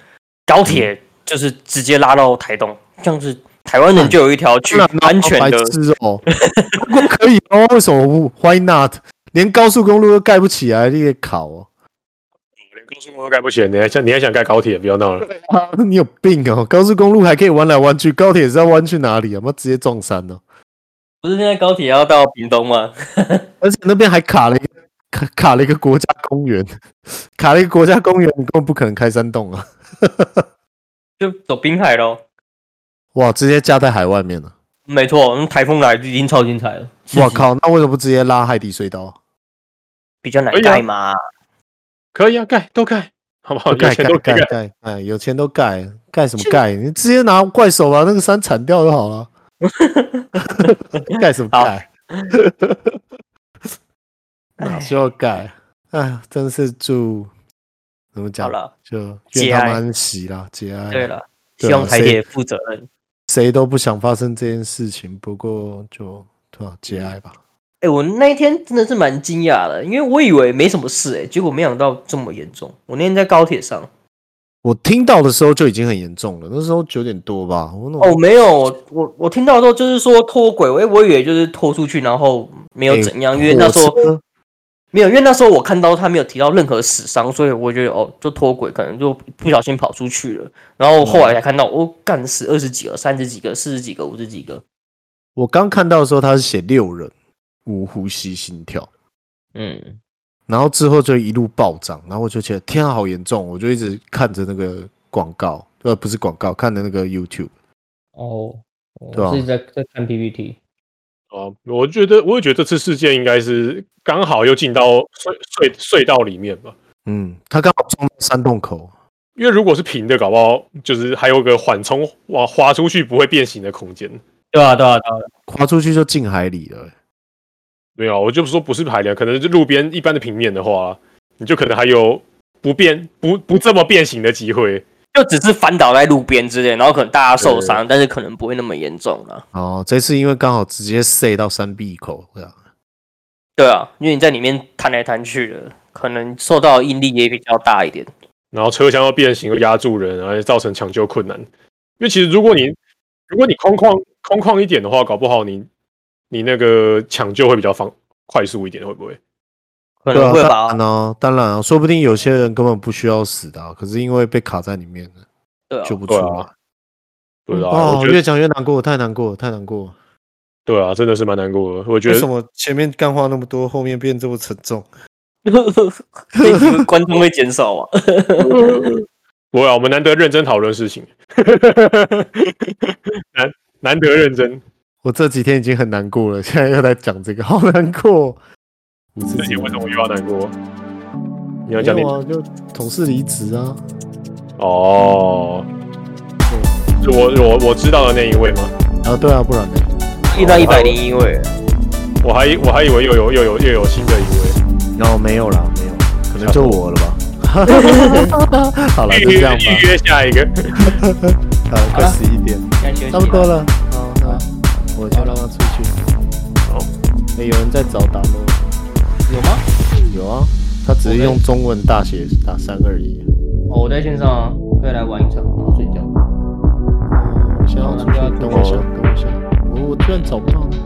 [SPEAKER 1] 高
[SPEAKER 2] 嗯
[SPEAKER 1] 铁，就是直接拉到台东，这样子台湾人就有一条去
[SPEAKER 2] 嗯那那
[SPEAKER 1] 安全
[SPEAKER 2] 白
[SPEAKER 1] 的。
[SPEAKER 2] 痴哦、 [LAUGHS] 如果可以的话，为什么不？Why not？连高速公路都盖不起来，你也考哦、
[SPEAKER 3] 连高速公路都盖不起来，你还想你还想盖高铁？不要闹了！
[SPEAKER 2] 啊， [LAUGHS] 你有病哦、高速公路还可以弯来弯去，高铁是要弯去哪里啊？妈直接撞山哦、
[SPEAKER 1] 不是现在高铁要到屏东吗？ [LAUGHS]
[SPEAKER 2] 而且那边还卡了一个卡卡了一个国家公园， [LAUGHS] 卡了一个国家公园，你根本不可能开山洞啊！
[SPEAKER 1] 就走滨海咯。
[SPEAKER 2] 哇，直接架在海外面
[SPEAKER 1] [LAUGHS]
[SPEAKER 2] 了。
[SPEAKER 1] 没错，那台风来就已经超精彩了。
[SPEAKER 2] 我靠，那为什么不直接拉海底隧道？
[SPEAKER 1] 比较难
[SPEAKER 3] 可以啊
[SPEAKER 1] 盖嘛。
[SPEAKER 2] 哎
[SPEAKER 3] 可以啊，盖都盖，好不
[SPEAKER 1] 哦
[SPEAKER 3] 好？有
[SPEAKER 2] 盖
[SPEAKER 3] 钱
[SPEAKER 2] 盖
[SPEAKER 3] 都可
[SPEAKER 2] 盖
[SPEAKER 3] 以盖。
[SPEAKER 2] 盖盖，有钱都盖，盖什么盖？你直接拿怪手把那个山铲掉就好了。盖什么盖？哪需要盖？哎，真是祝怎么
[SPEAKER 1] 好
[SPEAKER 2] 讲？
[SPEAKER 1] 了，
[SPEAKER 2] 就
[SPEAKER 1] 节
[SPEAKER 2] 愿他们
[SPEAKER 1] 哀
[SPEAKER 2] 安息啦，节哀。
[SPEAKER 1] 对，了，
[SPEAKER 2] 对啊
[SPEAKER 1] 希望台
[SPEAKER 2] 谁
[SPEAKER 1] 铁负责任。
[SPEAKER 2] 谁都不想发生这件事情，不过就对吧？节哀吧。
[SPEAKER 1] 哎、我那一天真的是蛮惊讶的，因为我以为没什么事、哎，结果没想到这么严重。我那天在高铁上，
[SPEAKER 2] 我听到的时候就已经很严重了，那时候九点多吧。我那
[SPEAKER 1] 哦，没有，我我我听到之后就是说脱轨，哎、我以为就是拖出去，然后没
[SPEAKER 2] 哎
[SPEAKER 1] 有怎样，因为那时候
[SPEAKER 2] 候
[SPEAKER 1] 没有，因为那时候我看到他没有提到任何死伤，所以我觉得哦，就脱轨可能就不小心跑出去了。然后后来才看到，哦，干死二十几个、三十几个、四十几个、五十几个，
[SPEAKER 2] 我刚看到的时候，他是写六人无呼吸心跳，
[SPEAKER 1] 嗯，
[SPEAKER 2] 然后之后就一路暴涨，然后我就觉得天啊，好严重！我就一直看着那个广告，呃，不是广告，看着那个 YouTube。
[SPEAKER 1] 哦，
[SPEAKER 2] 对啊
[SPEAKER 1] 我自己在在看 PPT，
[SPEAKER 3] 哦，我觉得，我也觉得这次事件应该是刚好又进到隧隧隧道里面吧。
[SPEAKER 2] 嗯，他刚好撞到山洞口，
[SPEAKER 3] 因为如果是平的，搞不好就是还有个缓冲哇，滑出去不会变形的空间。
[SPEAKER 1] 对啊，对啊，对啊，
[SPEAKER 2] 滑出去就进海里了、
[SPEAKER 3] 没有，我就说不是海量，可能是路边一般的平面的话，你就可能还有不变不不这么变形的机会。
[SPEAKER 1] 就只是翻倒在路边之类，然后可能大家受伤，但是可能不会那么严重啊了。
[SPEAKER 2] 哦，这次因为刚好直接塞到山壁口，这样
[SPEAKER 1] 对啊，因为你在里面弹来弹去的，可能受到的应力也比较大一点。
[SPEAKER 3] 然后车厢要变形，又压住人，然后造成抢救困难。因为其实如果你如果你空旷空旷一点的话，搞不好你你那个抢救会比较方快速一点，会不会？
[SPEAKER 1] 可
[SPEAKER 2] 对
[SPEAKER 1] 能
[SPEAKER 2] 啊，
[SPEAKER 1] 会
[SPEAKER 2] 当
[SPEAKER 1] 把
[SPEAKER 2] 然哦，当然啊，说不定有些人根本不需要死的啊、可是因为被卡在里面了，
[SPEAKER 1] 对 [LAUGHS] 啊，
[SPEAKER 2] 救不出来。
[SPEAKER 3] 对啊对啊，
[SPEAKER 2] 哦，
[SPEAKER 3] 我觉
[SPEAKER 2] 越
[SPEAKER 3] 得
[SPEAKER 2] 讲越难过，太难过，太难过。
[SPEAKER 3] 对啊，真的是蛮难过的。我觉
[SPEAKER 2] 为什
[SPEAKER 3] 得
[SPEAKER 2] 么前面干话那么多，后面变这么沉重？
[SPEAKER 1] 所以你们观众会减少 [LAUGHS] 啊。
[SPEAKER 3] 我啊，我们难得认真讨论事情， [LAUGHS] 难难得认真，
[SPEAKER 2] 我这几天已经很难过了，现在又在讲这个，好难过。哦我
[SPEAKER 3] 自己为什么又要难过？你要
[SPEAKER 2] 没
[SPEAKER 3] 讲你
[SPEAKER 2] 有啊？就同事离职啊。
[SPEAKER 3] 哦，是我我我知道的那一位吗？
[SPEAKER 2] 啊，对啊，不然呢？
[SPEAKER 1] 遇到一百零一位，
[SPEAKER 3] 我还我还以为又有又有又有新的一位，
[SPEAKER 2] 然后哦没有啦，没有，可能就我了吧。 [LAUGHS] 好了，就
[SPEAKER 3] 预
[SPEAKER 2] 这
[SPEAKER 3] 约
[SPEAKER 2] 样吧
[SPEAKER 3] 预。约下一个。
[SPEAKER 2] 呃，快十一点，差不多
[SPEAKER 1] 了。
[SPEAKER 2] 了。好，那我就让他出去。
[SPEAKER 3] 好，
[SPEAKER 2] 哎，有人在找打喽？
[SPEAKER 1] 有吗？
[SPEAKER 2] 有啊，他只是
[SPEAKER 1] OK
[SPEAKER 2] 用中文大写打三二一。
[SPEAKER 1] 哦，我在线上啊，可以来玩一场，然后睡觉。
[SPEAKER 2] 哦，我先要出去，等我一下，等我一下。我我居然找不到了。